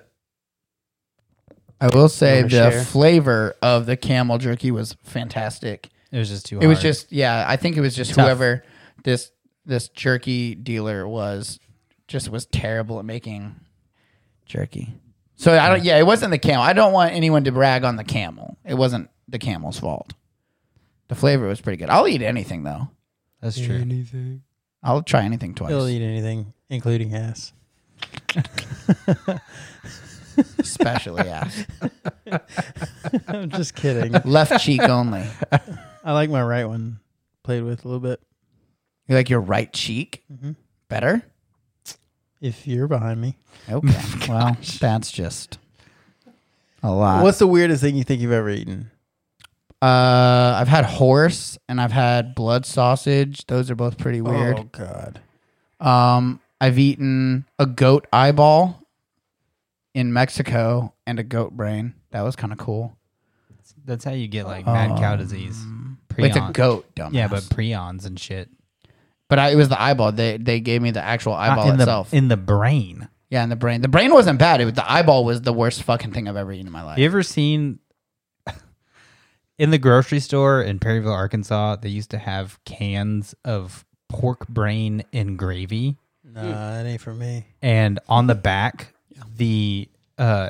[SPEAKER 3] I will say
[SPEAKER 4] Wanna
[SPEAKER 3] the
[SPEAKER 4] share?
[SPEAKER 3] flavor of the camel jerky was fantastic.
[SPEAKER 1] It was just too.
[SPEAKER 3] It was
[SPEAKER 1] hard.
[SPEAKER 3] just yeah, I think it was just whoever this this jerky dealer was just was terrible at making jerky. So I don't yeah, it wasn't the camel. I don't want anyone to brag on the camel. It wasn't the camel's fault. The flavor was pretty good. I'll eat anything though.
[SPEAKER 1] that's true.
[SPEAKER 2] anything.
[SPEAKER 3] I'll try anything twice.
[SPEAKER 2] He'll eat anything, including ass.
[SPEAKER 3] Especially ass.
[SPEAKER 2] I'm just kidding.
[SPEAKER 3] Left cheek only.
[SPEAKER 2] I like my right one. Played with a little bit.
[SPEAKER 3] You like your right cheek? Better?
[SPEAKER 2] If you're behind me,
[SPEAKER 3] Okay. well, that's just a lot.
[SPEAKER 2] what's the weirdest thing you think you've ever eaten?
[SPEAKER 3] Uh, I've had horse and I've had blood sausage. Those are both pretty
[SPEAKER 2] Oh
[SPEAKER 3] weird.
[SPEAKER 2] God.
[SPEAKER 1] Oh.
[SPEAKER 3] Um, I've eaten a goat eyeball in Mexico and a goat brain. That was kind of cool.
[SPEAKER 1] That's how you get like mad cow disease.
[SPEAKER 3] But Um, It's a
[SPEAKER 1] Prion.
[SPEAKER 3] goat, dumbass.
[SPEAKER 1] Yeah, but prions and shit.
[SPEAKER 3] but I, it was the eyeball. They they gave me the actual eyeball
[SPEAKER 1] in
[SPEAKER 3] itself.
[SPEAKER 1] the in the brain.
[SPEAKER 3] yeah, and the brain. The brain wasn't bad. It was, the eyeball was the worst fucking thing I've ever eaten in my life.
[SPEAKER 1] You ever seen in the grocery store in Perryville, Arkansas? They used to have cans of pork brain in gravy,
[SPEAKER 2] Nah, it ain't for me.
[SPEAKER 1] and on the back, the uh,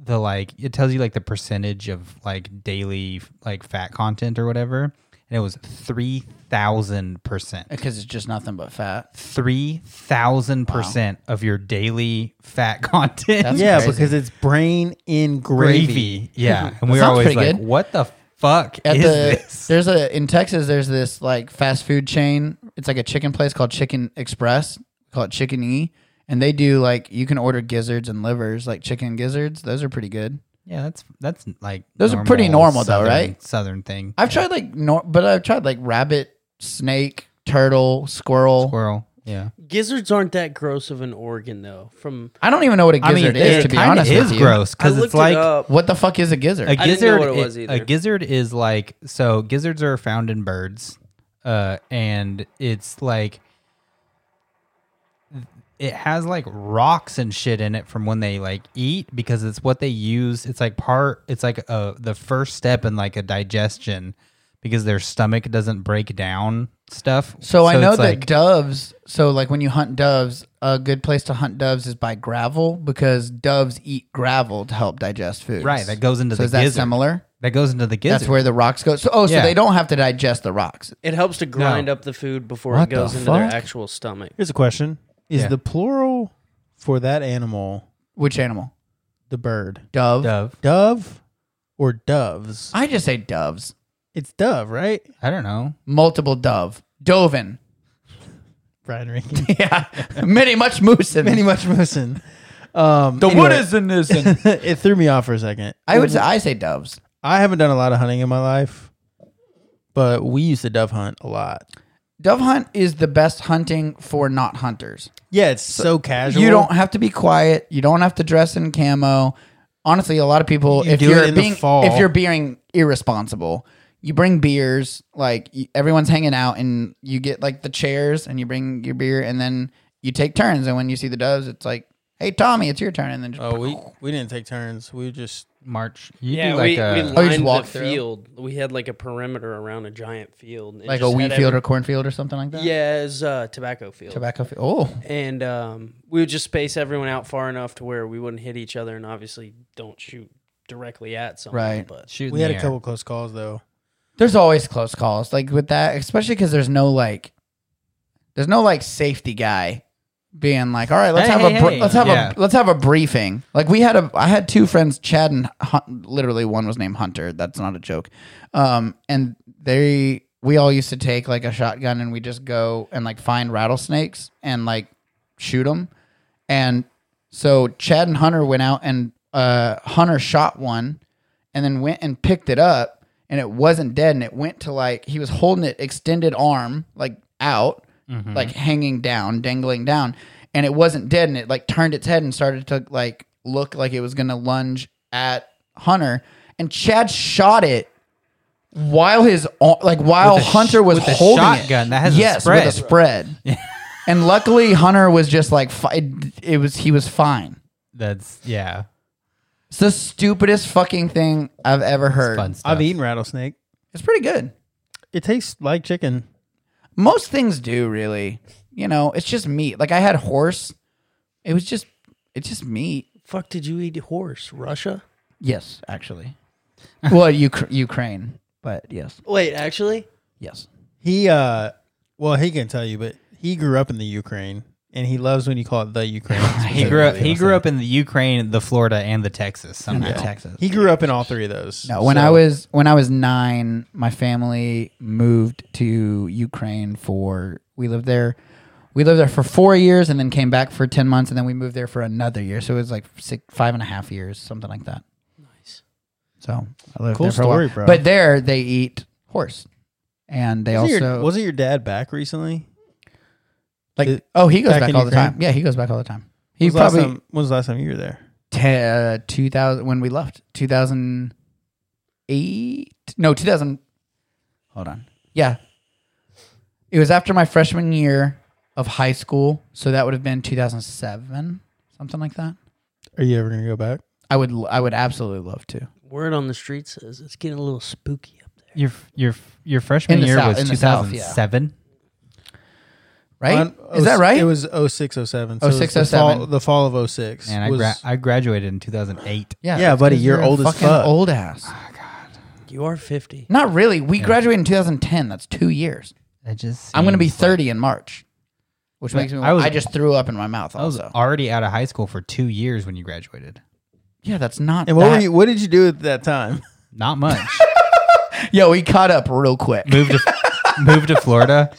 [SPEAKER 1] the like it tells you like the percentage of like daily like fat content or whatever, and it was three thousand percent.
[SPEAKER 3] Because it's just nothing but fat.
[SPEAKER 1] Three thousand percent of your daily fat content.
[SPEAKER 3] That's
[SPEAKER 2] yeah,
[SPEAKER 3] crazy.
[SPEAKER 2] because it's brain in gravy.
[SPEAKER 1] gravy. Yeah, and we were
[SPEAKER 3] sounds
[SPEAKER 1] always
[SPEAKER 3] pretty
[SPEAKER 1] like,
[SPEAKER 3] good.
[SPEAKER 1] "What the fuck
[SPEAKER 3] at
[SPEAKER 1] is
[SPEAKER 3] the
[SPEAKER 1] this?"
[SPEAKER 3] there's a in Texas there's this like fast food chain. It's like a chicken place called Chicken Express. Call it Chicken E, and they do like you can order gizzards and livers, like chicken gizzards. Those are pretty good.
[SPEAKER 1] Yeah, that's that's like
[SPEAKER 3] Those are pretty normal though,
[SPEAKER 1] southern,
[SPEAKER 3] right?
[SPEAKER 1] Southern thing.
[SPEAKER 3] I've tried like nor, but I've tried like rabbit, snake, turtle, squirrel.
[SPEAKER 1] Squirrel. Yeah,
[SPEAKER 4] Gizzards aren't that gross of an organ though. From
[SPEAKER 3] I don't even know what a gizzard is. To be
[SPEAKER 1] kinda
[SPEAKER 3] honest
[SPEAKER 1] is
[SPEAKER 3] with you,
[SPEAKER 1] gross
[SPEAKER 4] I
[SPEAKER 1] because
[SPEAKER 4] looked
[SPEAKER 1] it's like
[SPEAKER 4] it up.
[SPEAKER 3] what the fuck is a gizzard?
[SPEAKER 1] a
[SPEAKER 4] know
[SPEAKER 1] gizzard.
[SPEAKER 4] what it
[SPEAKER 1] i-
[SPEAKER 4] was
[SPEAKER 1] a
[SPEAKER 4] either.
[SPEAKER 1] gizzard is like so. Gizzards are found in birds, uh, and it's like it has like rocks and shit in it from when they like eat because it's what they use. It's like part. It's like a the first step in like a digestion because their stomach doesn't break down stuff.
[SPEAKER 3] So, I know
[SPEAKER 1] it's
[SPEAKER 3] that
[SPEAKER 1] like,
[SPEAKER 3] doves. So like when you hunt doves, a good place to hunt doves is by gravel because doves eat gravel to help digest food.
[SPEAKER 1] Right, that goes into
[SPEAKER 3] so
[SPEAKER 1] the
[SPEAKER 3] is that
[SPEAKER 1] gizzard.
[SPEAKER 3] similar?
[SPEAKER 1] that goes into the gizzard.
[SPEAKER 3] That's where the rocks go. So oh, so
[SPEAKER 1] Yeah.
[SPEAKER 3] they don't have to digest the rocks.
[SPEAKER 4] It helps to grind up the food before
[SPEAKER 3] What
[SPEAKER 4] it goes
[SPEAKER 3] the
[SPEAKER 4] into their
[SPEAKER 3] fuck?
[SPEAKER 4] actual stomach.
[SPEAKER 2] Here's a question: Is
[SPEAKER 1] Yeah.
[SPEAKER 2] the plural for that animal
[SPEAKER 3] Which animal?
[SPEAKER 2] the bird
[SPEAKER 3] Dove.
[SPEAKER 1] dove.
[SPEAKER 2] dove or doves?
[SPEAKER 3] I just say doves.
[SPEAKER 2] It's dove, right?
[SPEAKER 1] I don't know.
[SPEAKER 3] Multiple dove. Doven.
[SPEAKER 2] Brian Rinkin.
[SPEAKER 3] Yeah. Many much moose in
[SPEAKER 2] Many
[SPEAKER 3] many.
[SPEAKER 2] much motion. Um,
[SPEAKER 1] The wood
[SPEAKER 2] anyway,
[SPEAKER 1] is in this.
[SPEAKER 2] it threw me off for a second.
[SPEAKER 3] I would say I say doves.
[SPEAKER 2] I haven't done a lot of hunting in my life, but we used to dove hunt a lot.
[SPEAKER 3] Dove hunt is the best hunting for not hunters.
[SPEAKER 2] Yeah, it's so, casual.
[SPEAKER 3] You don't have to be quiet. You don't have to dress in camo. Honestly, a lot of people,
[SPEAKER 2] You
[SPEAKER 3] if
[SPEAKER 2] do it
[SPEAKER 3] you're
[SPEAKER 2] in the
[SPEAKER 3] being
[SPEAKER 2] fall.
[SPEAKER 3] if you're being irresponsible, you bring beers. Like y- everyone's hanging out, and you get like the chairs, and you bring your beer, and then you take turns. And when you see the doves, it's like, "Hey, Tommy, it's your turn," and then just
[SPEAKER 2] Oh, we we didn't take turns. We just
[SPEAKER 1] March. You
[SPEAKER 4] Yeah,
[SPEAKER 1] do like
[SPEAKER 4] we, we
[SPEAKER 1] a,
[SPEAKER 3] Oh, you just
[SPEAKER 4] lined
[SPEAKER 3] walk
[SPEAKER 4] the
[SPEAKER 3] through?
[SPEAKER 4] field. We had like a perimeter around a giant field. and it
[SPEAKER 3] like a
[SPEAKER 4] just
[SPEAKER 3] wheat
[SPEAKER 4] had
[SPEAKER 3] field
[SPEAKER 4] every-
[SPEAKER 3] or cornfield or something like that.
[SPEAKER 4] yeah, it was uh, tobacco field.
[SPEAKER 3] tobacco field. Oh,
[SPEAKER 4] And um, we would just space everyone out far enough to where we wouldn't hit each other, and obviously don't shoot directly at someone.
[SPEAKER 3] Right.
[SPEAKER 4] But
[SPEAKER 1] shoot.
[SPEAKER 2] we had a couple close calls though.
[SPEAKER 3] there's always close calls like with that, especially because there's no like, there's no like safety guy being like, all right, let's
[SPEAKER 1] Hey,
[SPEAKER 3] have
[SPEAKER 1] hey,
[SPEAKER 3] a br-
[SPEAKER 1] hey."
[SPEAKER 3] let's have
[SPEAKER 1] Yeah.
[SPEAKER 3] a let's have a briefing. Like we had a I had two friends, Chad and Hun- literally one was named Hunter. That's not a joke. Um, and they we all used to take like a shotgun and we just go and like find rattlesnakes and like shoot them. And so Chad and Hunter went out and uh Hunter shot one and then went and picked it up and it wasn't dead and it went to like he was holding it extended arm like out
[SPEAKER 1] Mm-hmm.
[SPEAKER 3] like hanging down dangling down and it wasn't dead and it like turned its head and started to like look like it was gonna lunge at hunter and chad shot it while his ar- like while
[SPEAKER 1] With a sh-
[SPEAKER 3] hunter was
[SPEAKER 1] with a
[SPEAKER 3] holding
[SPEAKER 1] shotgun
[SPEAKER 3] it
[SPEAKER 1] that has a
[SPEAKER 3] yes with a spread and luckily hunter was just like fi- it, it was he was fine
[SPEAKER 1] That's yeah.
[SPEAKER 3] it's the stupidest fucking thing I've ever heard.
[SPEAKER 1] Fun stuff.
[SPEAKER 2] I've eaten rattlesnake.
[SPEAKER 3] It's pretty good.
[SPEAKER 2] It tastes like chicken.
[SPEAKER 3] Most things do really. You know, it's just meat. Like I had horse. It was just it's just meat.
[SPEAKER 4] Fuck, did you eat horse? Russia?
[SPEAKER 3] Yes, actually. well, Uk- Ukraine, but yes.
[SPEAKER 4] Wait, actually?
[SPEAKER 3] Yes.
[SPEAKER 2] He uh well he can tell you, but he grew up in the Ukraine and he loves when you call it the Ukraine.
[SPEAKER 1] He grew up. He grew up in the Ukraine, the Florida, and the Texas. Somehow.
[SPEAKER 3] Not Texas.
[SPEAKER 2] He grew up in all three of those.
[SPEAKER 3] no, when
[SPEAKER 2] So-
[SPEAKER 3] I was when I was 9, my family moved to Ukraine for we lived there we lived there for four years and then came back for 10 months and then we moved there for another year. So it was like six, five and a half years, something like that.
[SPEAKER 4] Nice.
[SPEAKER 3] So I lived
[SPEAKER 2] Cool
[SPEAKER 3] there for a while.
[SPEAKER 2] story, bro.
[SPEAKER 3] But there they eat horse, and they
[SPEAKER 2] Wasn't your,
[SPEAKER 3] also
[SPEAKER 2] wasn't your dad back recently?
[SPEAKER 3] like.
[SPEAKER 2] it-
[SPEAKER 3] oh, he goes
[SPEAKER 2] back
[SPEAKER 3] back,
[SPEAKER 2] in
[SPEAKER 3] all
[SPEAKER 2] Ukraine?
[SPEAKER 3] the time. Yeah, he goes back all the time. He
[SPEAKER 2] When's the last
[SPEAKER 3] probably
[SPEAKER 2] time- when was the last time you were there?
[SPEAKER 3] te- uh, two thousand when we left two thousand eight. No, two thousand. Hold on. Yeah, it was after my freshman year of high school, so that would have been two thousand seven, something like that.
[SPEAKER 2] Are you ever gonna go back?
[SPEAKER 3] I would l- I would absolutely love to.
[SPEAKER 4] Word on the street says it's getting a little spooky up there.
[SPEAKER 1] Your your your freshman
[SPEAKER 3] In the
[SPEAKER 1] year
[SPEAKER 3] South- in
[SPEAKER 1] was
[SPEAKER 3] the
[SPEAKER 1] two
[SPEAKER 3] South,
[SPEAKER 1] thousand
[SPEAKER 3] yeah.
[SPEAKER 1] seven.
[SPEAKER 3] Right?
[SPEAKER 2] On-
[SPEAKER 3] Is
[SPEAKER 2] oh,
[SPEAKER 3] that right?
[SPEAKER 2] It was 0607. So
[SPEAKER 3] 06,
[SPEAKER 2] it was the fall-
[SPEAKER 3] 07.
[SPEAKER 2] The fall of 06.
[SPEAKER 1] And I
[SPEAKER 2] was-
[SPEAKER 1] gra- I graduated in two thousand eight.
[SPEAKER 2] Yeah,
[SPEAKER 3] it's
[SPEAKER 2] buddy,
[SPEAKER 3] 'cause
[SPEAKER 2] you're
[SPEAKER 3] a
[SPEAKER 2] old as
[SPEAKER 3] fucking
[SPEAKER 2] fuck.
[SPEAKER 3] Old ass.
[SPEAKER 4] You are 50.
[SPEAKER 3] Not really. We graduated in 2010. That's two years.
[SPEAKER 1] I just
[SPEAKER 3] I'm going to be
[SPEAKER 1] seems-
[SPEAKER 3] 30 in March, which
[SPEAKER 1] But
[SPEAKER 3] makes me.
[SPEAKER 1] I
[SPEAKER 3] I,
[SPEAKER 1] was-
[SPEAKER 3] just threw up in my mouth.
[SPEAKER 1] I was
[SPEAKER 3] Also,
[SPEAKER 1] already out of high school for two years when you graduated.
[SPEAKER 3] yeah, that's not.
[SPEAKER 2] And what were
[SPEAKER 3] that-
[SPEAKER 2] you, what did you do at that time?
[SPEAKER 1] Not much.
[SPEAKER 3] Yo, we caught up real quick.
[SPEAKER 1] moved to moved to Florida.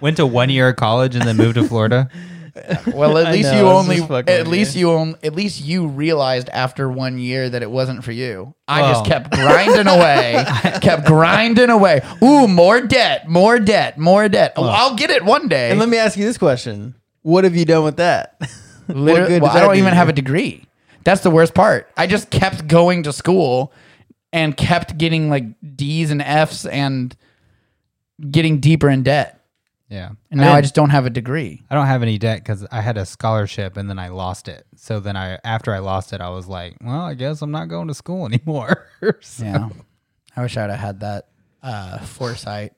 [SPEAKER 1] Went to one year of college and then moved to Florida.
[SPEAKER 3] Well, at
[SPEAKER 2] I
[SPEAKER 3] least
[SPEAKER 2] know,
[SPEAKER 3] you
[SPEAKER 2] this
[SPEAKER 3] only.
[SPEAKER 2] is fucking
[SPEAKER 3] At least
[SPEAKER 2] weird.
[SPEAKER 3] you only. At least you realized after one year that it wasn't for you. I just
[SPEAKER 1] Well.
[SPEAKER 3] kept grinding away, kept grinding away. Ooh, more debt, more debt, more debt. Oh, I'll get it one day.
[SPEAKER 2] And let me ask you this question. What have you done with that? What
[SPEAKER 3] Literally,
[SPEAKER 2] good
[SPEAKER 3] well,
[SPEAKER 2] did
[SPEAKER 3] I
[SPEAKER 2] that
[SPEAKER 3] don't
[SPEAKER 2] do
[SPEAKER 3] even
[SPEAKER 2] you?
[SPEAKER 3] have a degree. That's the worst part. I just kept going to school and kept getting like D's and F's and getting deeper in debt.
[SPEAKER 1] Yeah.
[SPEAKER 3] And now I just don't have a degree.
[SPEAKER 1] I don't have any debt because I had a scholarship and then I lost it. So then I, after I lost it, I was like, well, I guess I'm not going to school anymore. So-
[SPEAKER 3] Yeah. I wish I'd have had that uh, foresight.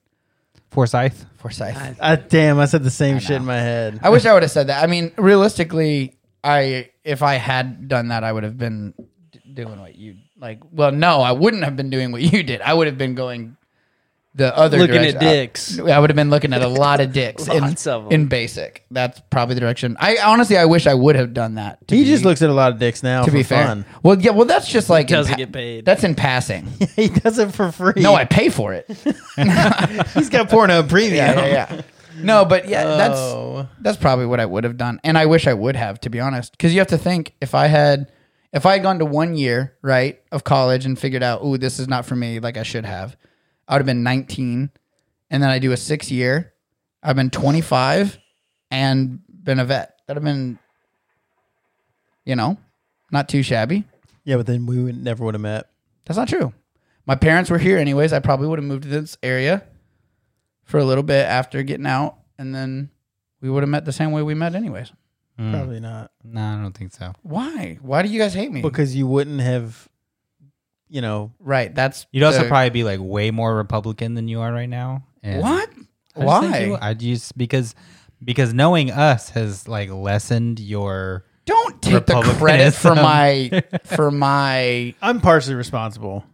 [SPEAKER 1] Forsyth.
[SPEAKER 3] Foresight. I,
[SPEAKER 2] I, damn, I said the same shit in my head.
[SPEAKER 3] wish I would have said that. I mean, realistically, I if I had done that, I would have been d- doing what you like. Well, no, I wouldn't have been doing what you did. I would have been going the other
[SPEAKER 4] Looking
[SPEAKER 3] direction.
[SPEAKER 4] at dicks.
[SPEAKER 3] I would have been looking at a lot of dicks in,
[SPEAKER 4] Lots of 'em.
[SPEAKER 3] in basic. That's probably the direction. I honestly, I wish I would have done that. To
[SPEAKER 2] He
[SPEAKER 3] be-
[SPEAKER 2] just looks at a lot of dicks now.
[SPEAKER 3] to be
[SPEAKER 2] for
[SPEAKER 3] fair.
[SPEAKER 2] fun.
[SPEAKER 3] Well, yeah. Well, that's just like in
[SPEAKER 4] doesn't get paid.
[SPEAKER 3] That's in passing.
[SPEAKER 2] he does it for free.
[SPEAKER 3] No, I pay for it. yeah,
[SPEAKER 2] he's got Pornhub Premium.
[SPEAKER 3] yeah, yeah. No, but yeah, that's
[SPEAKER 2] Oh.
[SPEAKER 3] that's probably what I would have done, and I wish I would have, to be honest, because you have to think if I had. If I had gone to one year, right, of college and figured out, oh, this is not for me, like I should have, I would have been 19. And then I do a six year, I've been 25 and been a vet. That'd have been, you know, not too shabby.
[SPEAKER 2] yeah, but then we would, never would have met.
[SPEAKER 3] That's not true. My parents were here anyways. I probably would have moved to this area for a little bit after getting out, and then we would have met the same way we met anyways.
[SPEAKER 1] Hmm.
[SPEAKER 3] Mm.
[SPEAKER 2] Probably not
[SPEAKER 1] No, I don't think so.
[SPEAKER 3] Why? Why do you guys hate me?
[SPEAKER 2] Mm. because you wouldn't have. You know,
[SPEAKER 3] right. That's
[SPEAKER 1] You'd also
[SPEAKER 3] the-
[SPEAKER 1] probably be like way more Republican than you are right now. And
[SPEAKER 3] what?
[SPEAKER 1] I just think you-
[SPEAKER 3] Why?
[SPEAKER 1] I just because because knowing us has like lessened your
[SPEAKER 3] Don't take the credit for
[SPEAKER 1] Republicanism.
[SPEAKER 3] my for my.
[SPEAKER 2] I'm partially responsible.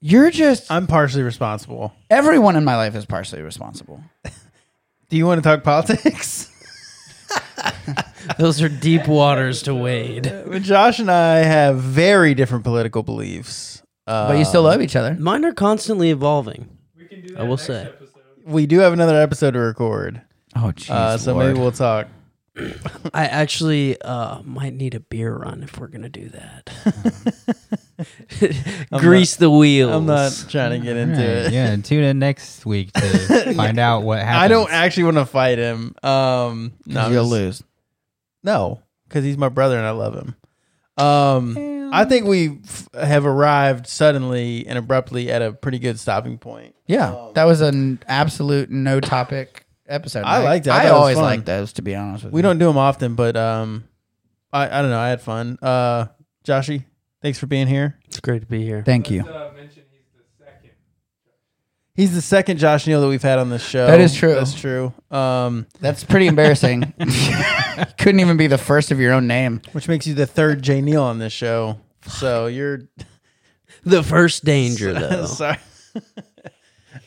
[SPEAKER 3] You're just
[SPEAKER 2] I'm partially responsible.
[SPEAKER 3] everyone in my life is partially responsible.
[SPEAKER 2] Do you want to talk politics?
[SPEAKER 4] Those are deep waters to wade.
[SPEAKER 2] But Josh and I have very different political beliefs. Uh,
[SPEAKER 3] But you still love each other.
[SPEAKER 4] Mine are constantly evolving. I will say.
[SPEAKER 2] we do have another episode to record,
[SPEAKER 3] Oh, jeez.
[SPEAKER 2] uh, so maybe we'll talk.
[SPEAKER 4] I actually uh, might need a beer run if we're going to do that. Grease the wheels.
[SPEAKER 2] I'm not trying to get into
[SPEAKER 1] Right,
[SPEAKER 2] it.
[SPEAKER 1] yeah, tune in next week to find out what happens.
[SPEAKER 2] I don't actually want to fight him. Um, no, I'm
[SPEAKER 3] you'll
[SPEAKER 2] just-
[SPEAKER 3] lose.
[SPEAKER 2] No, because he's my brother and I love him. Um, I think we f- have arrived suddenly and abruptly at a pretty good stopping point.
[SPEAKER 3] Yeah, that was an absolute no topic episode.
[SPEAKER 2] I liked it. I
[SPEAKER 3] I,
[SPEAKER 2] thought it was
[SPEAKER 3] always
[SPEAKER 2] fun.
[SPEAKER 3] like those. To be honest with
[SPEAKER 2] We
[SPEAKER 3] you,
[SPEAKER 2] don't do them often, but um, I I don't know. I had fun. Uh, Joshy, thanks for being here.
[SPEAKER 4] It's great to be here.
[SPEAKER 3] Thank you.
[SPEAKER 2] He's the second Josh Neal that we've had on this show.
[SPEAKER 3] That is true.
[SPEAKER 2] That's true. Um,
[SPEAKER 3] That's pretty embarrassing. Couldn't even be the first of your own name.
[SPEAKER 2] which makes you the third Jay Neal on this show. So you're
[SPEAKER 4] The first danger, though.
[SPEAKER 2] Sorry.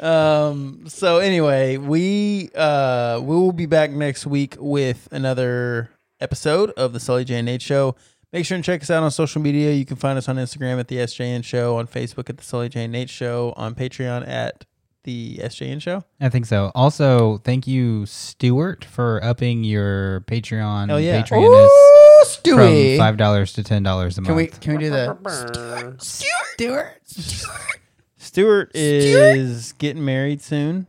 [SPEAKER 2] um. So anyway, we uh we will be back next week with another episode of the Sully J and H Show. Make sure and check us out on social media. You can find us on Instagram at the SJN Show, on Facebook at the Sully J and H Show, on Patreon at the SJN Show.
[SPEAKER 1] I think so. Also, thank you, Stuart, for upping your Patreon.
[SPEAKER 2] Hell yeah.
[SPEAKER 1] Patreon
[SPEAKER 3] Ooh,
[SPEAKER 1] from
[SPEAKER 3] Stewie.
[SPEAKER 1] five dollars to ten dollars a
[SPEAKER 3] Can
[SPEAKER 1] month.
[SPEAKER 3] we can we do the Stuart? Stuart.
[SPEAKER 2] Stewart is getting married soon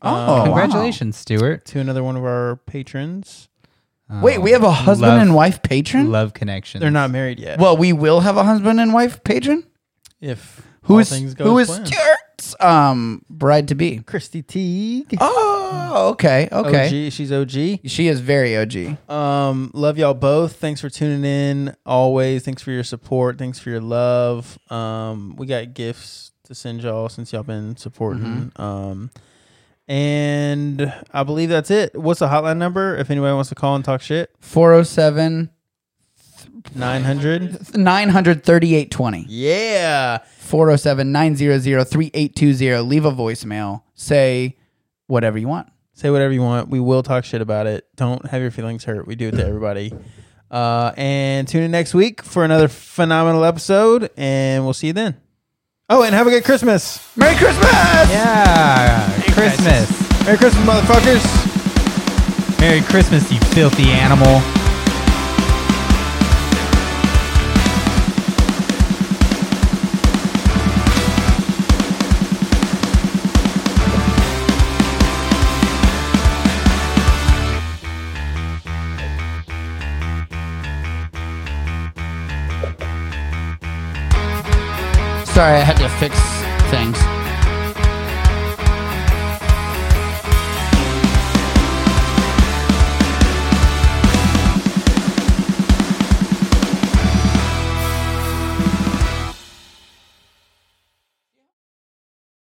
[SPEAKER 3] Oh,
[SPEAKER 1] Congratulations, Stuart.
[SPEAKER 2] to another one of our patrons.
[SPEAKER 1] Oh,
[SPEAKER 3] Wait, we have a husband
[SPEAKER 1] love-
[SPEAKER 3] and wife patron.
[SPEAKER 1] Um, love connections.
[SPEAKER 2] They're not married yet.
[SPEAKER 3] Well, we will have a husband and wife patron.
[SPEAKER 2] if
[SPEAKER 3] Who
[SPEAKER 2] all
[SPEAKER 3] is
[SPEAKER 2] things go
[SPEAKER 3] who
[SPEAKER 2] as
[SPEAKER 3] is
[SPEAKER 2] planned.
[SPEAKER 3] Stuart's um bride to be?
[SPEAKER 2] Christy Teague?
[SPEAKER 3] Oh, okay, okay.
[SPEAKER 2] OG, she's OG.
[SPEAKER 3] She is very OG.
[SPEAKER 2] Um, love y'all both. Thanks for tuning in. Always, thanks for your support. Thanks for your love. Um, we got gifts to send y'all since y'all been supporting. Um, and I believe that's it. What's the hotline number? If anybody wants to call and talk shit,
[SPEAKER 3] 407
[SPEAKER 2] nine hundred.
[SPEAKER 3] 93820.
[SPEAKER 2] Yeah.
[SPEAKER 3] 407 900 3820. Leave a voicemail. Say whatever you want.
[SPEAKER 2] Say whatever you want. We will talk shit about it. Don't have your feelings hurt. We do it to everybody. Uh, and tune in next week for another phenomenal episode, and we'll see you then. Oh, and have a good Christmas.
[SPEAKER 3] Merry Christmas!
[SPEAKER 1] Yeah, Christmas.
[SPEAKER 2] Merry Christmas, motherfuckers.
[SPEAKER 1] Merry Christmas, you filthy animal.
[SPEAKER 3] Sorry, I had to fix things.